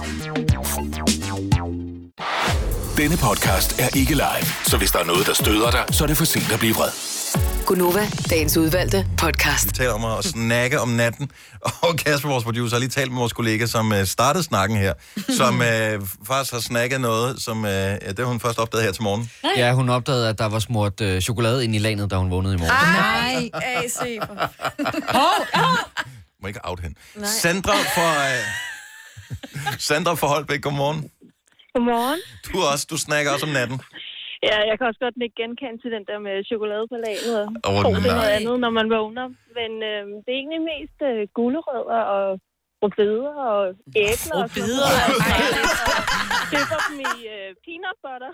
Speaker 21: Denne podcast er ikke live, så hvis der er noget, der støder dig, så er det for sent at blive vred.
Speaker 6: Gunova, dagens udvalgte podcast.
Speaker 1: Vi taler om at snakke om natten. Og Kasper, vores producer, har lige talt med vores kollega, som øh, startede snakken her, som øh, faktisk har snakket noget, som øh, ja, det har hun først opdaget her til morgen.
Speaker 22: Ja, hun opdagede, at der var smurt øh, chokolade ind i landet, da hun vågnede i morgen.
Speaker 1: Ah.
Speaker 5: Nej, AC.
Speaker 1: Må ikke out hende. Sandra fra... Øh, Sandra fra Holbæk, godmorgen.
Speaker 23: Godmorgen.
Speaker 1: Du, er også, du snakker også om natten.
Speaker 23: Ja, jeg kan også godt ikke genkende til den der med chokoladepalaget og
Speaker 1: Åh,
Speaker 23: oh, det er noget
Speaker 1: nej.
Speaker 23: andet, når man vågner. Men øh, det er egentlig mest øh, gulerødder og rødbeder og æbler. Rødbeder? Køber dem i øh, peanut butter.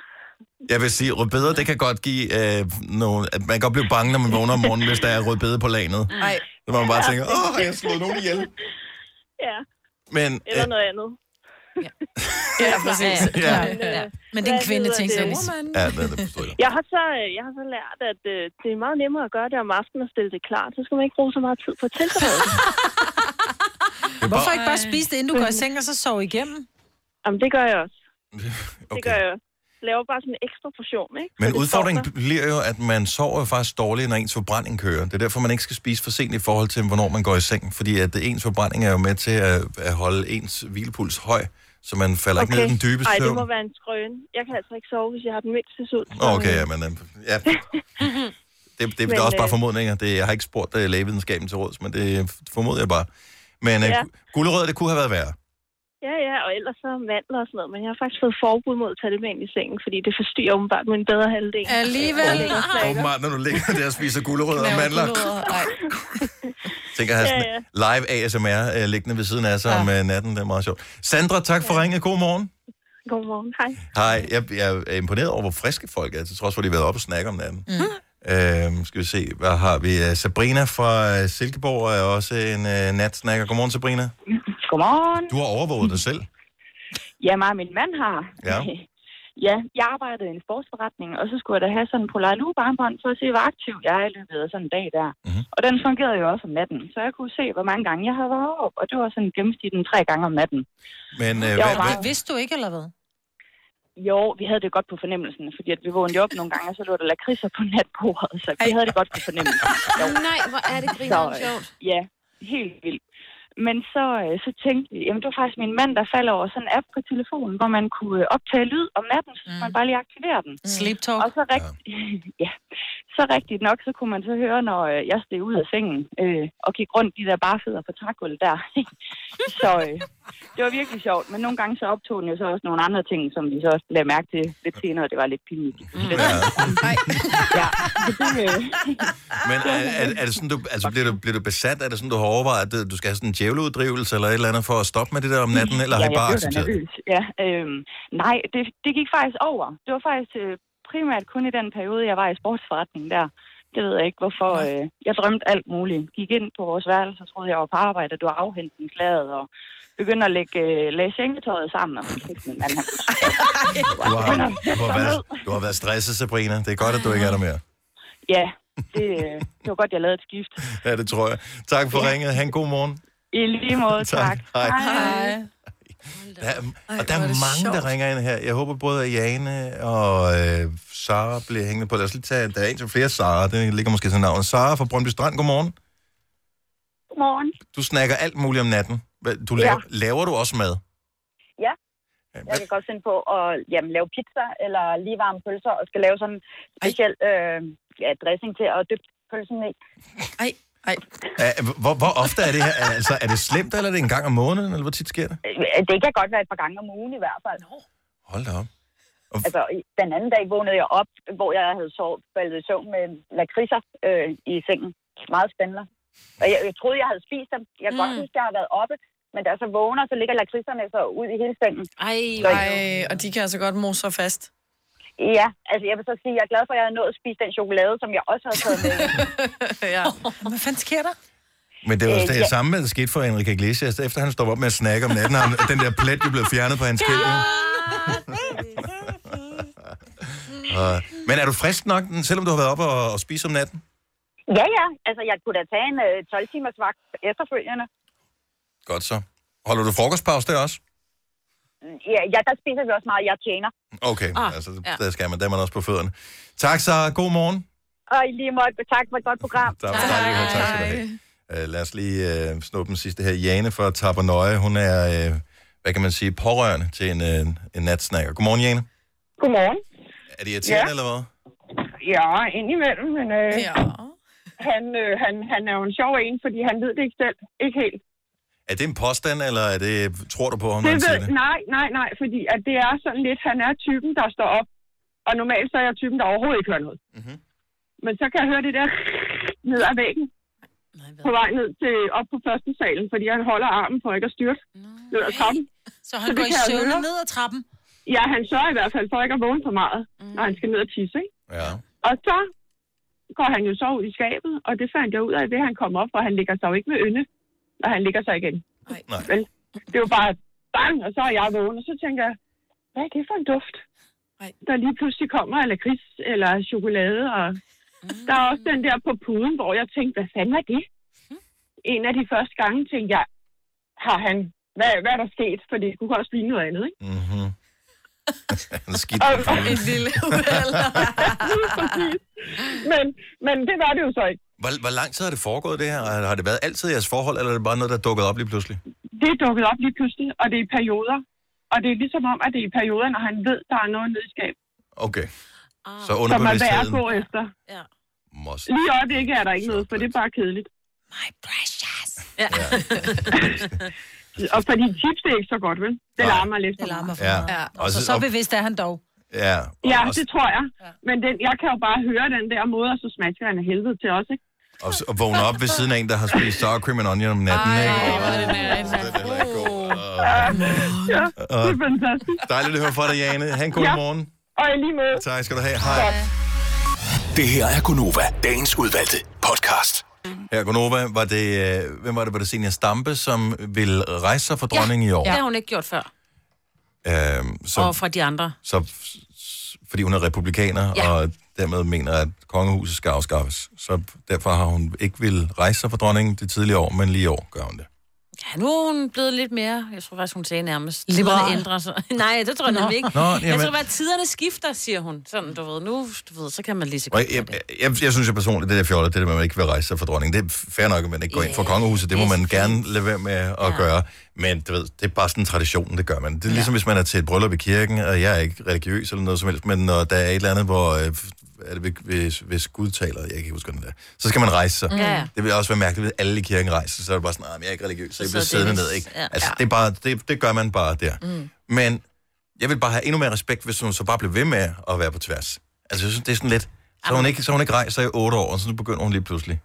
Speaker 1: Jeg vil sige, rødbeder, det kan godt give øh, nogle... At man kan godt blive bange, når man vågner om morgenen, hvis der er rødbede på lanet.
Speaker 23: Nej.
Speaker 1: Så man bare tænker, åh, har jeg slået nogen ihjel?
Speaker 23: Ja,
Speaker 1: Men,
Speaker 23: eller
Speaker 1: øh,
Speaker 23: noget andet.
Speaker 3: Ja, præcis.
Speaker 1: Ja.
Speaker 23: Men, øh,
Speaker 3: Men det er en
Speaker 23: hvad
Speaker 3: kvinde
Speaker 23: hedder
Speaker 3: ting,
Speaker 23: det?
Speaker 1: ja, det, det forstår jeg.
Speaker 23: Jeg har, så, øh, jeg har så lært, at øh, det er meget nemmere at gøre det om aftenen og stille det klart. Så skal man ikke bruge så meget tid på at tilberede det.
Speaker 3: Hvorfor ikke bare spise det, inden du går i seng, og så sove igennem?
Speaker 23: Jamen, det gør jeg også. Okay. Det gør jeg også. Laver bare sådan en ekstra portion, ikke?
Speaker 1: Men udfordringen bliver jo, at man sover jo faktisk dårligt, når ens forbrænding kører. Det er derfor, man ikke skal spise for sent i forhold til, hvornår man går i seng. Fordi at ens forbrænding er jo med til at, at holde ens hvilepuls høj, så man falder okay. ikke ned i den dybe
Speaker 23: Ej, det
Speaker 1: søvn.
Speaker 23: må være en skrøn. Jeg kan altså ikke sove, hvis jeg har den mindste sult.
Speaker 1: Nå, Okay, ja, men, øhm, ja. Det, det,
Speaker 23: Men,
Speaker 1: det er også bare
Speaker 23: øh,
Speaker 1: formodninger. Det, jeg har ikke spurgt uh, lægevidenskaben til råds, men det formoder jeg bare. Men uh,
Speaker 23: Ja.
Speaker 1: ja. gulerød, det kunne have været værre.
Speaker 23: Ja, ja, og ellers så mandler og sådan noget. Men jeg har faktisk fået forbud mod at tage det med ind i sengen, fordi det forstyrrer åbenbart min bedre halvdel.
Speaker 3: Alligevel.
Speaker 23: Jeg ligger og
Speaker 1: Ja.
Speaker 23: snakker.
Speaker 1: Åbenbart, når du ligger der og spiser gulerødder og mandler, tænker jeg at have
Speaker 23: Ja, ja.
Speaker 1: sådan live ASMR uh, liggende ved siden af sig ja. om uh, natten. Det er meget sjovt. Sandra, tak for ringet. God morgen.
Speaker 23: Godmorgen, hej.
Speaker 1: Hej. Jeg, jeg er imponeret over, hvor friske folk er, til trods for, at de har været oppe og snakke om natten.
Speaker 23: Mm.
Speaker 1: Øhm, skal vi se, hvad har vi? Øh, Sabrina fra øh, Silkeborg er også en øh, natsnakker. Godmorgen, Sabrina.
Speaker 23: Godmorgen.
Speaker 1: Du har overvåget dig selv.
Speaker 23: Ja, mig og min mand har.
Speaker 1: Ja.
Speaker 23: Ja, jeg arbejdede i en sportsforretning, og så skulle jeg da have sådan en polar armbånd for at se, hvor aktiv jeg er i løbet af sådan en dag der.
Speaker 1: Mhm.
Speaker 23: Mm-hmm. Og den fungerede jo også om natten, så jeg kunne se, hvor mange gange jeg havde været op, og det var sådan gennemsnitligt tre gange om natten.
Speaker 1: Men øh,
Speaker 23: Jeg var
Speaker 1: hvad, hvad,
Speaker 23: meget-
Speaker 3: Vidste du ikke, eller hvad?
Speaker 23: Jo, vi havde det godt på fornemmelsen, fordi at vi vågnede op nogle gange, og så lå der lakridser på natbordet, så vi havde det godt på fornemmelsen. Jo.
Speaker 4: Nej, hvor er det
Speaker 23: Så,
Speaker 4: grinerende
Speaker 23: øh,
Speaker 4: sjovt.
Speaker 23: Ja, helt vildt. Men så, øh, så tænkte vi, jamen det var faktisk min mand, der faldt over sådan en app på telefonen, hvor man kunne øh, optage lyd om natten, så mm. man bare lige aktivere den.
Speaker 3: Sleep talk.
Speaker 23: Og så, rigt- ja. ja. så rigtigt nok, så kunne man så høre, når øh, jeg steg ud af sengen øh, og gik rundt de der barfødder på trægulvet der. så øh, det var virkelig sjovt, men nogle gange så optog den jo så også nogle andre ting, som vi så også lagde mærke til lidt senere, det var lidt pinligt. Mm. Ja. ja. Så det, øh,
Speaker 1: men er, er, er, det sådan, du, altså, bliver, du, bliver du besat? Er det sådan, du har overvejet, at du skal have sådan en djævleuddrivelse eller et eller andet for at stoppe med det der om natten? Eller
Speaker 23: ja,
Speaker 1: har I
Speaker 23: jeg
Speaker 1: bare
Speaker 23: blev da
Speaker 1: accepteret? det?
Speaker 23: nervøs. Ja, øhm, nej, det, det gik faktisk over. Det var faktisk øh, primært kun i den periode, jeg var i sportsforretningen der. Det ved jeg ikke, hvorfor. Øh, jeg drømte alt muligt. Gik ind på vores værelse, og troede, jeg var på arbejde, og du har afhentningslaget, og begyndte at lægge, øh, lægge sengetøjet sammen. Og så tænkte min mand, han kunne
Speaker 1: Du har, du, har været, du har været stresset, Sabrina. Det er godt, at du ikke er der mere.
Speaker 23: Ja, det, øh, det var godt, jeg lavede et skift.
Speaker 1: Ja, det tror jeg. Tak for ringet. Ha' en god morgen.
Speaker 23: I lige måde,
Speaker 1: Tak.
Speaker 23: tak.
Speaker 1: Hej.
Speaker 23: Hej.
Speaker 1: Der er,
Speaker 23: Ej,
Speaker 1: og der er,
Speaker 23: hvor er det
Speaker 1: mange, sjovt.
Speaker 23: sjovt.
Speaker 1: der ringer ind her. Jeg håber, både Jane og øh, Sara bliver hængende på. Lad os lige tage, der er en til flere Sara. Det ligger måske sådan navnet. Sara fra Brøndby Strand, godmorgen.
Speaker 2: Godmorgen.
Speaker 1: Du snakker alt muligt om natten. Hvad- Du laver, ja. laver du også mad?
Speaker 2: Ja. Jeg kan godt finde på at jamen, lave pizza eller lige varme pølser, og skal lave sådan en speciel øh, ja, dressing til at dyppe pølsen i.
Speaker 5: Ej, ej.
Speaker 1: Er- Hvor, hvor ofte er det her? Er- Altså, er det slemt, eller er det en gang om måneden? Eller hvor tit sker det?
Speaker 2: Øh, Det kan godt være et par gange om ugen i hvert fald.
Speaker 1: Hold da op.
Speaker 2: Altså, i- den anden dag vågnede jeg op, hvor jeg havde sovet, faldet i søvn med lakridser øh, i sengen. Meget spændende. Og jeg, jeg troede, jeg havde spist dem. Jeg kan mm. godt huske, jeg har været oppe, men da jeg så vågner, så ligger lakridserne så ud i hele sengen.
Speaker 4: Ej,
Speaker 5: Ej, og de kan altså godt mose sig fast.
Speaker 2: Ja, altså jeg vil så sige, jeg er glad for, at jeg har nået at spise den chokolade, som jeg også havde taget med.
Speaker 5: ja.
Speaker 3: Hvad fanden sker der?
Speaker 1: Men det var
Speaker 2: Øh,
Speaker 1: det
Speaker 2: ja.
Speaker 1: samme, der skete for Enrique Iglesias. Efter han stopper op med at snakke om natten, har han, den der plet jo blev fjernet på hans skilt. ikke? Og- Men er du frisk nok, selvom du har været oppe og, og spise om natten?
Speaker 2: Ja, ja. Altså, jeg kunne da tage en øh, 12-timers vagt efterfølgende.
Speaker 1: Godt så. Holder du frokostpause der også?
Speaker 2: Mm, Ja, ja, der spiser vi også meget. Jeg tjener.
Speaker 1: Okay,
Speaker 2: Ah,
Speaker 1: ah, altså,
Speaker 2: ja.
Speaker 1: der skal man, der er man også på fødderne. Tak så, god morgen.
Speaker 2: Og I lige måtte tak for et godt program.
Speaker 1: Der var dejligt, og tak skal du have. Uh, lad os lige uh, snuppe den sidste her. Jane fra Tabernøje, hun er, uh, hvad kan man sige, pårørende til en, uh, en natsnacker. Godmorgen, Jane.
Speaker 7: Godmorgen.
Speaker 1: Er det irriterende,
Speaker 7: Ja.
Speaker 1: eller hvad?
Speaker 7: Ja, indimellem, men øh, ja. han, øh, han, han er jo en sjov en, fordi han ved det ikke selv. Ikke helt.
Speaker 1: Er det en påstand, eller er det, tror du på ham, når
Speaker 7: Det
Speaker 1: han
Speaker 7: ved,
Speaker 1: siger det?
Speaker 7: nej, nej, nej, fordi at det er sådan lidt, han er typen, der står op. Og normalt så er jeg typen, der overhovedet ikke hører noget.
Speaker 1: Mhm.
Speaker 7: Mm-hmm. Men så kan jeg høre det der ned ad væggen. På vej ned til, op på første salen, fordi han holder armen for ikke at styrte. Ned ad trappen.
Speaker 3: Så han går
Speaker 7: det
Speaker 3: i
Speaker 7: kan jeg
Speaker 3: søvne
Speaker 7: høre.
Speaker 3: ned ad trappen?
Speaker 7: Ja, han sørger i hvert fald for ikke at vågne for meget, mm. når han skal ned og tisse, ikke?
Speaker 1: Ja.
Speaker 7: Og så går han jo så ud i skabet, og det fandt jeg ud af, ved han kom op, for han ligger sig jo ikke med ynde, når han ligger sig igen.
Speaker 1: Nej.
Speaker 7: Vel? Det er jo bare bang, og så er jeg vågen, og så tænker jeg, hvad er det for en duft? Nej. Der lige pludselig kommer af lakrids eller chokolade, og der er også den der på puden, hvor jeg tænkte, hvad fanden er det? En af de første gange tænkte jeg, har han, hvad, hvad er der sket? For det kunne godt blive noget andet, ikke?
Speaker 1: Mhm. Han er skidt.
Speaker 7: Og- Et lille uheld. men, men det var det jo så ikke.
Speaker 1: Hvor, hvor lang tid har det foregået, det her? Og Har det været altid i jeres forhold, eller er det bare noget, der er dukket op lige pludselig?
Speaker 7: Det er dukket op lige pludselig, og det er i perioder. Og det er ligesom om, at det er i perioder, når han ved, der er noget nede i skabet,
Speaker 1: Okay.
Speaker 7: som er
Speaker 1: Så
Speaker 7: værd at
Speaker 1: underbevidstheden
Speaker 7: gå efter.
Speaker 4: Ja.
Speaker 1: Mås.
Speaker 7: Lige i øjeblikket er der ikke noget, for det er bare kedeligt. My precious. Ja. og fordi chips det er ikke så godt, vel? Det
Speaker 1: Nej.
Speaker 7: larmer lidt.
Speaker 3: Det larmer
Speaker 7: for
Speaker 1: Ja.
Speaker 7: meget.
Speaker 1: meget.
Speaker 7: Ja.
Speaker 1: Og
Speaker 3: Så,
Speaker 1: så-
Speaker 3: så bevidst er han dog.
Speaker 1: Ja.
Speaker 7: Ja, det tror jeg. Men den, jeg kan jo bare høre den der måde, og så smasker han af helvede til os, ikke?
Speaker 1: Og, s- og vågne op ved siden af en, der har spist sour cream and onion om natten, Ej, ikke? Og,
Speaker 7: Ja, det er
Speaker 1: og,
Speaker 7: fantastisk.
Speaker 1: dejligt at høre fra dig, Jane. Ha' en god
Speaker 7: Ja.
Speaker 1: morgen.
Speaker 7: Og i lige måde.
Speaker 1: Tak skal du have. Hej.
Speaker 21: Det her er Gunova, dagens udvalgte podcast.
Speaker 1: Her, Gunova, var det, øh, hvem var det, var det Senior Stampe, som ville rejse sig for dronningen i år?
Speaker 4: Det har hun ikke gjort før.
Speaker 1: Øhm, så,
Speaker 4: Og fra de andre.
Speaker 1: så f- s- fordi hun er republikaner,
Speaker 4: Ja.
Speaker 1: ja. og dermed mener, at kongehuset skal afskaffes. Så derfor har hun ikke vil rejse sig for dronningen de tidligere år, men lige i år gør hun det.
Speaker 4: Ja, nu er hun blevet lidt mere, jeg tror faktisk, hun sagde nærmest,
Speaker 3: Liberal.
Speaker 4: tiderne ændrer sig. Nej, det tror jeg
Speaker 3: Nå.
Speaker 4: nemlig ikke.
Speaker 1: Nå,
Speaker 4: jeg
Speaker 1: jamen.
Speaker 4: tror bare, at tiderne skifter, siger hun. Sådan, du ved, nu, du ved, så kan man lige så
Speaker 1: Og jeg, jeg, jeg, jeg synes jo personligt, det der fjoller, det der med, at man ikke vil rejse sig for dronningen, det er fair nok, at man ikke går ind for kongehuset. Det må man gerne lade være med at ja. gøre. Men du ved, det er bare sådan en tradition, det gør man. Det er ligesom, hvis man er til et bryllup i kirken, og jeg er ikke religiøs eller noget som helst, men når der er et eller andet, hvor... Øh, er det, ved- hvis, hvis Gud taler, jeg kan ikke huske, hvordan det er, så skal man rejse sig.
Speaker 4: Ja, ja.
Speaker 1: Det vil også være mærkeligt, hvis alle i kirken rejser, så er det bare sådan, nej, men jeg er ikke religiøs, så jeg bliver
Speaker 4: sidder det
Speaker 1: siddende
Speaker 4: vist-
Speaker 1: ned, ikke?
Speaker 4: ja.
Speaker 1: Altså,
Speaker 4: Ja.
Speaker 1: det, er bare, det, det gør man bare der.
Speaker 4: Mm.
Speaker 1: Men jeg vil bare have endnu mere respekt, hvis hun så bare blev ved med at være på tværs. Altså, jeg synes, det er sådan lidt... Så har hun ikke, så har hun ikke rejst sig i otte år, og så begynder hun lige pludselig.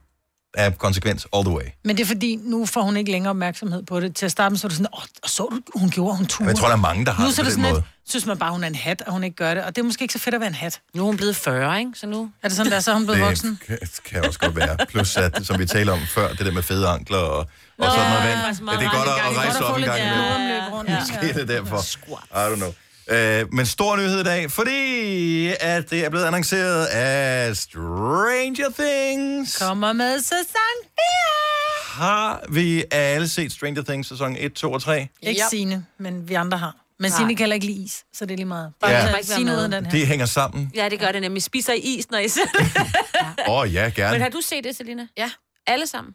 Speaker 1: Der er konsekvens all the way.
Speaker 3: Men det er fordi, nu får hun ikke længere opmærksomhed på det. Til at starte med, så er det sådan, åh, oh, så du, hun gjorde, hun turde.
Speaker 1: Men jeg tror, der er mange, der har
Speaker 3: nu
Speaker 1: det
Speaker 3: så
Speaker 1: på
Speaker 3: det
Speaker 1: den
Speaker 3: sådan
Speaker 1: måde.
Speaker 3: Lidt, synes man bare, hun er en hat, og hun ikke gør det. Og det er måske ikke så fedt at være en hat.
Speaker 4: Nu er hun blevet 40, ikke? Så nu...
Speaker 3: Er det sådan, der så er hun blevet
Speaker 1: det
Speaker 3: voksen?
Speaker 1: Kan, kan også godt være. Plus, at, som vi talte om før, det der med fede ankler og, og sådan noget vand.
Speaker 4: faktisk
Speaker 1: Ja,
Speaker 4: meget
Speaker 1: det er godt
Speaker 4: rart en
Speaker 1: at,
Speaker 4: gang
Speaker 1: at
Speaker 4: imellem.
Speaker 1: rejse sig op en gang imellem.
Speaker 3: Ja.
Speaker 1: Måske er det derfor. I don't know. Øh, men stor nyhed i dag, fordi at det er blevet annonceret, at Stranger Things...
Speaker 3: Kommer med sæson 4!
Speaker 1: Har vi alle set Stranger Things sæson 1, 2 og 3?
Speaker 3: Ikke Signe, men vi andre har. Men
Speaker 4: Nej.
Speaker 3: Signe kan heller ikke lide is, så det er lige meget. Bare
Speaker 1: Ja.
Speaker 3: ja. Signe ud af den her.
Speaker 1: Det hænger sammen.
Speaker 4: Ja, det gør det nemlig. Spiser I is, når I sidder.
Speaker 1: Åh oh, ja, gerne.
Speaker 4: Men har du set det, Selina?
Speaker 5: Ja.
Speaker 4: Alle sammen?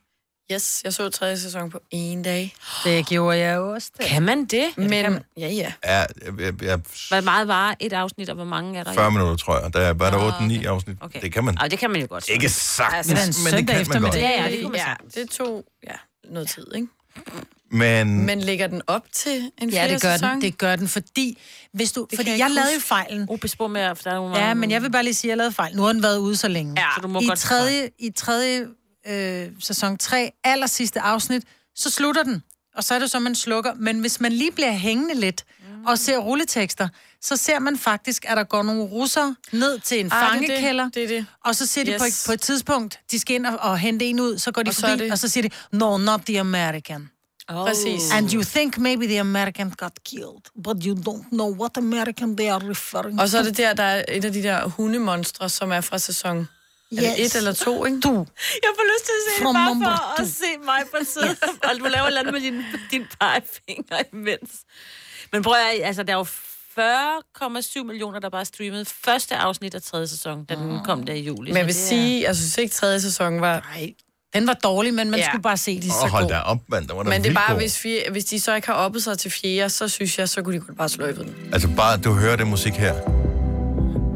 Speaker 5: Yes, jeg så tredje sæson på en dag.
Speaker 3: Det gjorde jeg også.
Speaker 4: Kan man det?
Speaker 5: Men, ja, ja.
Speaker 1: Ja, jeg, jeg, jeg,
Speaker 4: Hvor meget var et afsnit, og hvor mange er der? i?
Speaker 1: 40 minutter, tror jeg. Der er, var der 8-9 afsnit.
Speaker 4: Okay.
Speaker 1: Det kan man.
Speaker 4: Ej, det kan man jo godt.
Speaker 1: Ikke sagtens,
Speaker 5: Altså,
Speaker 1: men det kan man godt.
Speaker 5: Ja,
Speaker 4: Ja, det kunne man
Speaker 5: ja, det tog ja, noget tid, ikke?
Speaker 1: Men,
Speaker 5: Men ligger den op til en
Speaker 3: Ja, det gør
Speaker 5: sæson?
Speaker 3: den. Det gør den, fordi... Hvis du,
Speaker 5: Det kan
Speaker 3: fordi
Speaker 5: jeg
Speaker 3: jeg,
Speaker 5: ikke
Speaker 3: lavede jo
Speaker 5: huske.
Speaker 3: fejlen.
Speaker 4: Oh, bespor med, for der er nogle
Speaker 3: Ja, men jeg vil bare lige sige, at jeg lavede fejl. Nu har den været ude så længe. Ja, så
Speaker 4: du må
Speaker 3: I
Speaker 4: godt-
Speaker 3: tredje, I tredje øh, sæson 3, aller sidste afsnit, så slutter den. Og så er det så, man slukker. Men hvis man lige bliver hængende lidt
Speaker 5: Mm.
Speaker 3: og ser rulletekster, så ser man faktisk, at der går nogle russere ned til en
Speaker 5: Ah, det er det.
Speaker 3: fangekælder.
Speaker 5: Det er det.
Speaker 3: Og så ser de yes. på, et,
Speaker 5: Yes.
Speaker 3: på et tidspunkt, de skal ind og, og hente en ud, så går de
Speaker 5: Og
Speaker 3: og
Speaker 5: så
Speaker 3: forbi,
Speaker 5: er det-
Speaker 3: og så siger de, no, not the American.
Speaker 4: Oh.
Speaker 5: Præcis.
Speaker 3: And you think maybe the American got killed, but you don't know what American they are referring
Speaker 5: Og så er
Speaker 3: to.
Speaker 5: det der, der er et af de der hundemonstre, som er fra sæson... Yes. Er det
Speaker 3: Yes.
Speaker 5: et eller to, ikke?
Speaker 3: Du.
Speaker 4: Jeg får lyst til at se
Speaker 3: From
Speaker 4: det bare
Speaker 3: number
Speaker 4: for at se mig på siden. og du laver et eller andet med din, din pegefinger imens. Men prøv at, altså der er jo 40,7 millioner, der bare streamede første afsnit af tredje sæson, da
Speaker 3: Ah.
Speaker 4: den kom der i juli.
Speaker 5: Men jeg vil sige,
Speaker 3: altså,
Speaker 5: jeg synes ikke, tredje sæson var...
Speaker 3: Nej, den var dårlig, men man skulle bare se de
Speaker 1: Åh, hold da op, mand. Der var der
Speaker 5: Men det er
Speaker 1: vildt
Speaker 5: bare,
Speaker 1: god.
Speaker 5: hvis, vi, hvis de så ikke har oppet sig til fjerde, så synes jeg, så kunne de godt bare sløjfe den.
Speaker 1: Altså bare, du hører det musik her,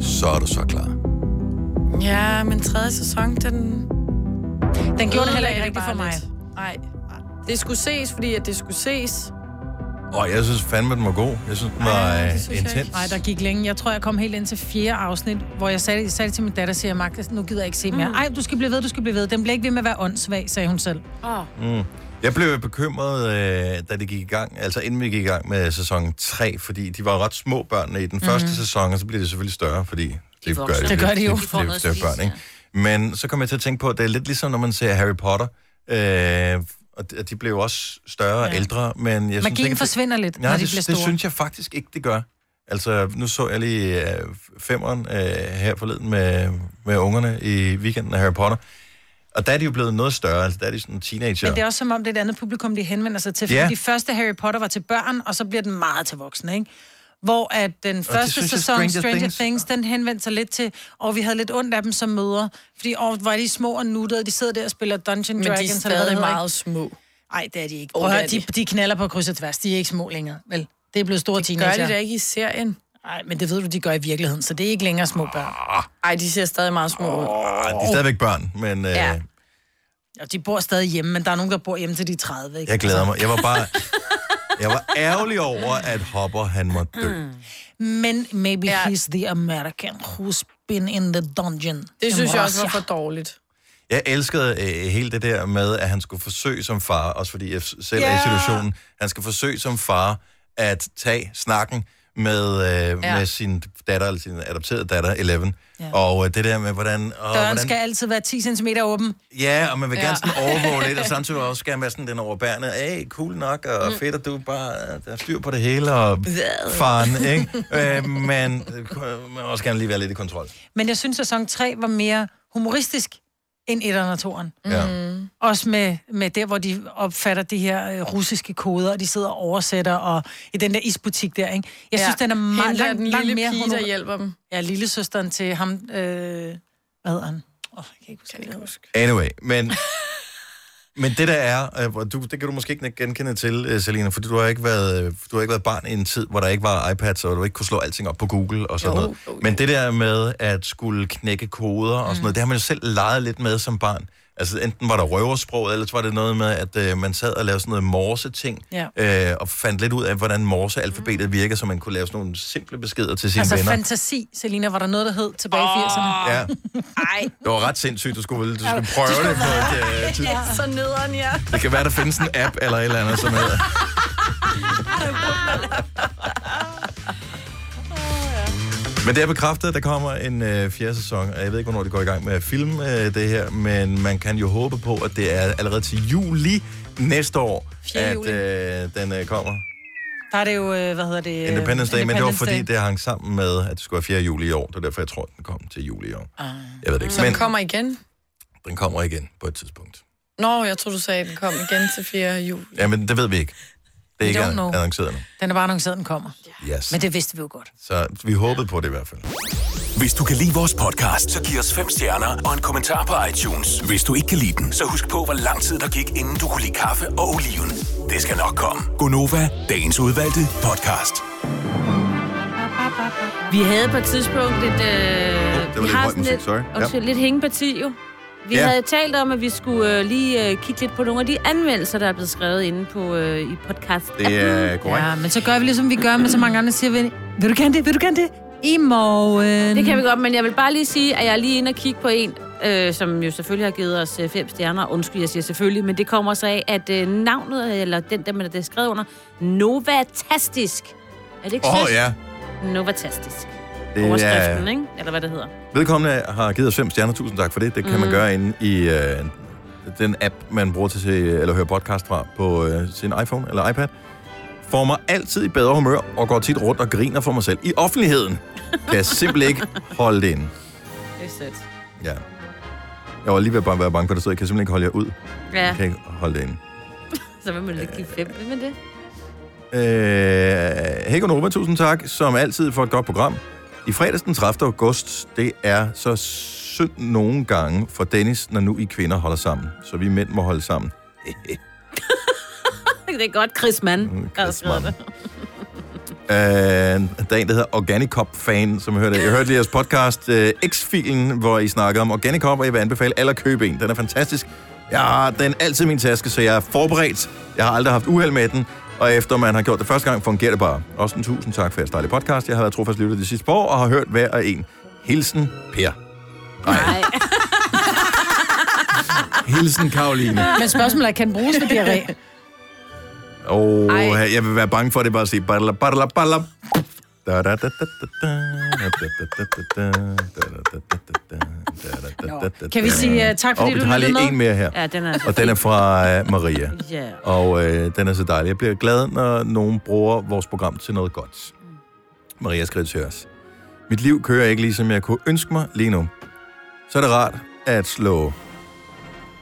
Speaker 1: så er du så klar.
Speaker 5: Ja, men tredje sæson, den...
Speaker 3: Den gjorde det heller
Speaker 5: ødelagde
Speaker 3: ikke rigtigt for
Speaker 5: bare
Speaker 3: mig.
Speaker 5: lidt. Nej. Det skulle ses, fordi at det skulle ses.
Speaker 1: Og jeg synes fandme, den var god. Jeg synes, den var Ej, intens.
Speaker 3: Nej, der gik længe. Jeg tror, jeg kom helt ind til fjerde afsnit, hvor jeg sagde, jeg sagde det til min datter, siger Mark, nu gider jeg ikke se
Speaker 1: Mm.
Speaker 3: mere. Ej, du skal blive ved, du skal blive ved. Den bliver ikke ved med at være åndssvag, sagde hun selv.
Speaker 4: Oh.
Speaker 1: Mm. Jeg blev bekymret, øh, da det gik i gang, altså inden vi gik i gang med sæson 3, fordi de var ret små børnene i den første
Speaker 3: Mhm.
Speaker 1: sæson, og så bliver de selvfølgelig større, fordi det, gør,
Speaker 3: vokser. Det gør de jo.
Speaker 1: Det,
Speaker 3: De får noget
Speaker 1: det,
Speaker 3: at
Speaker 1: det, det
Speaker 3: spise,
Speaker 1: børn, ikke? Men så kom jeg til at tænke på, at det er lidt ligesom, når man ser Harry Potter, øh, og de- og de blev jo også større og
Speaker 3: Ja.
Speaker 1: ældre, men jeg synes
Speaker 3: Magien
Speaker 1: ikke, at det-
Speaker 3: forsvinder lidt,
Speaker 1: Nej,
Speaker 3: når de
Speaker 1: det,
Speaker 3: bliver
Speaker 1: det
Speaker 3: store.
Speaker 1: synes jeg faktisk ikke, det gør. Altså, nu så jeg lige øh, femmeren øh, her forleden med, med ungerne i weekenden af Harry Potter. Og der er de jo blevet noget større, altså der er de sådan teenager.
Speaker 3: Men det er også som om, det er et andet publikum, de henvender sig til. Fordi
Speaker 1: Ja.
Speaker 3: yeah. de første Harry Potter var til børn, og så bliver den meget til voksne, ikke? Hvor at den første
Speaker 1: synes jeg,
Speaker 3: sæson,
Speaker 1: Stranger
Speaker 3: Stranger, Stranger Things,
Speaker 1: Things-
Speaker 3: Things, den henvendte sig lidt til, og vi havde lidt ondt af dem som mødre, fordi åh, var de små og nuttede, de sidder der og spiller Dungeon
Speaker 5: Men de er
Speaker 3: Dragons. eller hvad
Speaker 5: stadig
Speaker 3: det hedder, ikke?
Speaker 5: meget små.
Speaker 3: Nej, det er de ikke.
Speaker 5: Åh,
Speaker 3: Prøv at
Speaker 5: det
Speaker 3: høre,
Speaker 5: er
Speaker 3: de, de knaller på kryds og tværs. De er ikke små længere, vel? Det er blevet store det teenager.
Speaker 5: Gør de det ikke i serien?
Speaker 3: Nej, men det ved du, de gør i virkeligheden, så det er ikke længere små børn.
Speaker 5: Ah. Ej, de ser stadig meget små ud.
Speaker 1: Ej, Ah, de er stadigvæk børn, men øh,
Speaker 3: Ja.
Speaker 1: ja.
Speaker 3: Og de bor stadig hjemme, men der er nogen, der bor hjemme til de er 30, ikke? Altså,
Speaker 1: jeg glæder mig. Jeg var bare... Jeg var ærgerlig over, at Hopper, han måtte dø.
Speaker 3: Men maybe ja. he's the American who's been in the dungeon.
Speaker 5: Det synes
Speaker 3: in
Speaker 5: jeg også var
Speaker 3: Russia.
Speaker 5: for dårligt.
Speaker 1: Jeg elskede øh, hele det der med, at han skulle forsøge som far, også fordi jeg s- selv yeah. er i
Speaker 5: Ja.
Speaker 1: situationen, han skal forsøge som far at tage snakken med, øh,
Speaker 3: Ja.
Speaker 1: ja. med sin datter, eller sin adopterede datter, Eleven. Ja. Og øh, det der med, hvordan...
Speaker 3: Døren
Speaker 1: Og, hvordan
Speaker 3: skal altid være 10 cm åben.
Speaker 1: Ja, og man vil gerne
Speaker 3: Ja.
Speaker 1: sådan overvåge lidt, og samtidig vil man også gerne være sådan den overbærende. Hey, cool nok,
Speaker 3: Mm.
Speaker 1: og fedt, at du bare øh, der er styr på det hele, og faren, ikke? Øh, men øh, man vil også gerne lige være lidt i kontrol.
Speaker 3: Men jeg synes, at sæson 3 var mere humoristisk end 1'eren og 2'eren.
Speaker 1: Ja.
Speaker 3: Mm. Også med, med der, hvor de opfatter de her øh, russiske koder, og de sidder og oversætter, og i den der isbutik der, ikke? Jeg
Speaker 5: Ja.
Speaker 3: synes, den er meget
Speaker 5: Hende der,
Speaker 3: langt,
Speaker 5: den
Speaker 3: langt
Speaker 5: lille
Speaker 3: mere
Speaker 5: pige, der hjælper
Speaker 3: dem. Ja, lillesøsteren til ham, øh, hvad hedder han? Åh, oh, jeg kan ikke huske. Kan
Speaker 1: Anyway, men... Men det der er, øh, hvor du, det kan du måske ikke genkende til, øh, Selina, fordi du har, ikke været, øh, du har ikke været barn i en tid, hvor der ikke var iPads, og du ikke kunne slå alting op på Google og sådan jo, noget. Men det der med at skulle knække koder og sådan noget, det har man jo selv leget lidt med som barn. Altså enten var der røversprog, eller så var det noget med, at øh, man sad og lavede sådan noget morse-ting,
Speaker 3: Ja.
Speaker 1: øh, og fandt lidt ud af, hvordan morsealfabetet virker, så man kunne lave sådan nogle simple beskeder til sine
Speaker 3: Altså
Speaker 1: venner.
Speaker 3: fantasi, Selina, var der noget, der hed tilbage i 80'erne?
Speaker 1: Ja.
Speaker 3: Ej.
Speaker 1: Det var ret sindssygt, du skulle, du
Speaker 3: Ja,
Speaker 1: skulle
Speaker 3: du
Speaker 1: prøve
Speaker 3: skulle
Speaker 1: det på et øh, tidspunkt.
Speaker 5: Så nederen, ja.
Speaker 1: Det kan være, der findes en app eller et eller andet, som hedder... Men det er bekræftet, at der kommer en øh, fjerde sæson, og jeg ved ikke, hvornår de går i gang med at filme øh, det her, men man kan jo håbe på, at det er allerede til juli næste år,
Speaker 3: Fjerde
Speaker 1: at
Speaker 3: juli.
Speaker 1: øh, den øh, kommer.
Speaker 3: Der er det jo, øh, hvad hedder det? øh,
Speaker 1: Independence Day, men det var
Speaker 3: Independence
Speaker 1: fordi,
Speaker 3: Day.
Speaker 1: det hang sammen med, at det skulle være 4. juli i år. Det er derfor, jeg tror, den kom til juli i år.
Speaker 3: Ah.
Speaker 1: Jeg ved det ikke,
Speaker 5: Som
Speaker 1: men
Speaker 5: kommer igen.
Speaker 1: den kommer igen på et tidspunkt.
Speaker 5: Nå, jeg tror du sagde, at den kom igen til 4. jul.
Speaker 1: Ja, men det ved vi ikke. Det
Speaker 3: We
Speaker 1: er ikke
Speaker 3: don't
Speaker 1: an-
Speaker 3: know.
Speaker 1: annonceret nu.
Speaker 3: Den er bare annonceret, den kommer.
Speaker 1: Yes.
Speaker 3: Men det vidste vi jo godt.
Speaker 1: Så vi håbede på det i hvert fald.
Speaker 21: Hvis du kan lide vores podcast, så giv os fem stjerner og en kommentar på iTunes. Hvis du ikke kan lide den, så husk på, hvor lang tid der gik, inden du kunne lide kaffe og oliven. Det skal nok komme. Gonova, dagens udvalgte podcast.
Speaker 4: Vi havde på et tidspunkt et... Øh,
Speaker 21: lidt
Speaker 4: vi har
Speaker 21: høj
Speaker 4: sådan
Speaker 21: musik,
Speaker 4: lidt,
Speaker 21: sorry. Ja.
Speaker 4: Undskyld, lidt hængeparti jo. Vi
Speaker 21: Ja.
Speaker 4: ja. havde talt om, at vi skulle øh, lige øh, kigge lidt på nogle af de anmeldelser, der er blevet skrevet inde på øh, i podcast.
Speaker 1: Det er korrekt.
Speaker 3: Ja, men så gør vi ligesom vi gør med så mange andre, siger vi, vil du gerne det, vil du gerne det? I morgen.
Speaker 4: Det kan vi godt, men jeg vil bare lige sige, at jeg er lige inde og kigge på en, øh, som jo selvfølgelig har givet os øh, fem stjerner. Undskyld, jeg siger selvfølgelig, men det kommer så af, at øh, navnet, eller den, der man er skrevet under, Novatastisk. Er det ikke
Speaker 1: Åh,
Speaker 4: sødt?
Speaker 1: ja.
Speaker 4: Novatastisk.
Speaker 1: Det er-
Speaker 4: Overskriften, ikke? Eller hvad det hedder.
Speaker 1: Vedkommende har givet os fem stjerner. Tusind tak for det. Det kan mm. man
Speaker 4: Mhm.
Speaker 1: gøre inde i øh, den app, man bruger til at se, eller høre podcast fra på øh, sin iPhone eller iPad. Får mig altid i bedre humør og går tit rundt og griner for mig selv. I offentligheden kan jeg simpelthen ikke holde det inde.
Speaker 4: Det er sødt.
Speaker 1: Ja. Jeg var lige ved at bare være bange for, at der stod, jeg kan simpelthen ikke holde jer ud.
Speaker 4: Ja,
Speaker 1: Jeg kan ikke holde det inde.
Speaker 4: så vil man lige give fem. Hvem er det?
Speaker 1: Øh, Hej Nova, tusind tak, som altid for et godt program. I fredags den 30. august, det er så synd nogle gange for Dennis, når nu I kvinder holder sammen. Så vi mænd må holde sammen.
Speaker 4: Det er godt, Chris Mann. Mm, Chris Mann.
Speaker 1: Øh, der er en, der hedder Organic Cop Fan, som jeg hørte. Jeg hørte lige jeres podcast øh, X-filen, hvor I snakker om Organic Cop, og jeg vil anbefale alle at købe en. Den er fantastisk. Jeg har den altid i min taske, så jeg er forberedt. Jeg har aldrig haft uheld med den. Og efter man har gjort det første gang, fungerer det bare. Også en tusind tak for jeres dejlige podcast. Jeg har været trofast lytter de sidste par år, og har hørt hver og en. Hilsen, Per.
Speaker 4: Nej.
Speaker 1: Hilsen, Karoline.
Speaker 3: Men spørgsmålet er, kan den bruges ved diarré?
Speaker 1: Åh, oh, jeg vil være bange for, at det bare at sige... Badala, badala, badala. Da, da, da, da, da, da, da, da, da, da, da,
Speaker 3: Kan vi sige uh, tak, fordi
Speaker 1: Åh,
Speaker 3: du
Speaker 1: vi har
Speaker 3: lyttede
Speaker 1: lige
Speaker 3: med?
Speaker 1: en mere her.
Speaker 4: Ja, den er...
Speaker 1: Og den er fra øh, Maria.
Speaker 4: Ja.
Speaker 1: Og øh, den er så dejlig. Jeg bliver glad, når nogen bruger vores program til noget godt. Maria skrev til os. Mit liv kører ikke lige, som jeg kunne ønske mig lige nu. Så er det rart at slå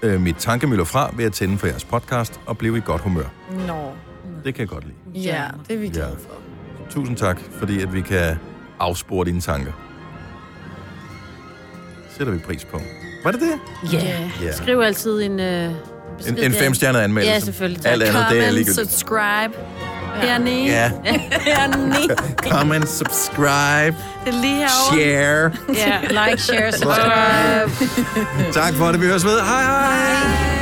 Speaker 1: øh, mit tankemøller fra ved at tænde for jeres podcast og blive i godt humør.
Speaker 5: Nå.
Speaker 1: Det kan jeg godt lide.
Speaker 5: Ja, det er vi glade for.
Speaker 1: Tusind tak, fordi at vi kan afspore dine tanker. Sætter vi pris på. Var det det?
Speaker 4: Ja.
Speaker 1: Ja.
Speaker 4: Skriv altid en... Øh, besked
Speaker 1: En- en
Speaker 4: derinde.
Speaker 1: femstjernet anmeldelse.
Speaker 4: Ja, selvfølgelig.
Speaker 1: Alt andet, det er
Speaker 4: Comment,
Speaker 1: ligegyldigt.
Speaker 4: subscribe. Hernede.
Speaker 1: Ja.
Speaker 4: Hernede.
Speaker 1: Comment, subscribe,
Speaker 4: Det er lige herovre.
Speaker 1: share.
Speaker 4: Ja, like, share, subscribe.
Speaker 1: tak for det, vi høres ved. Hej hej! hej.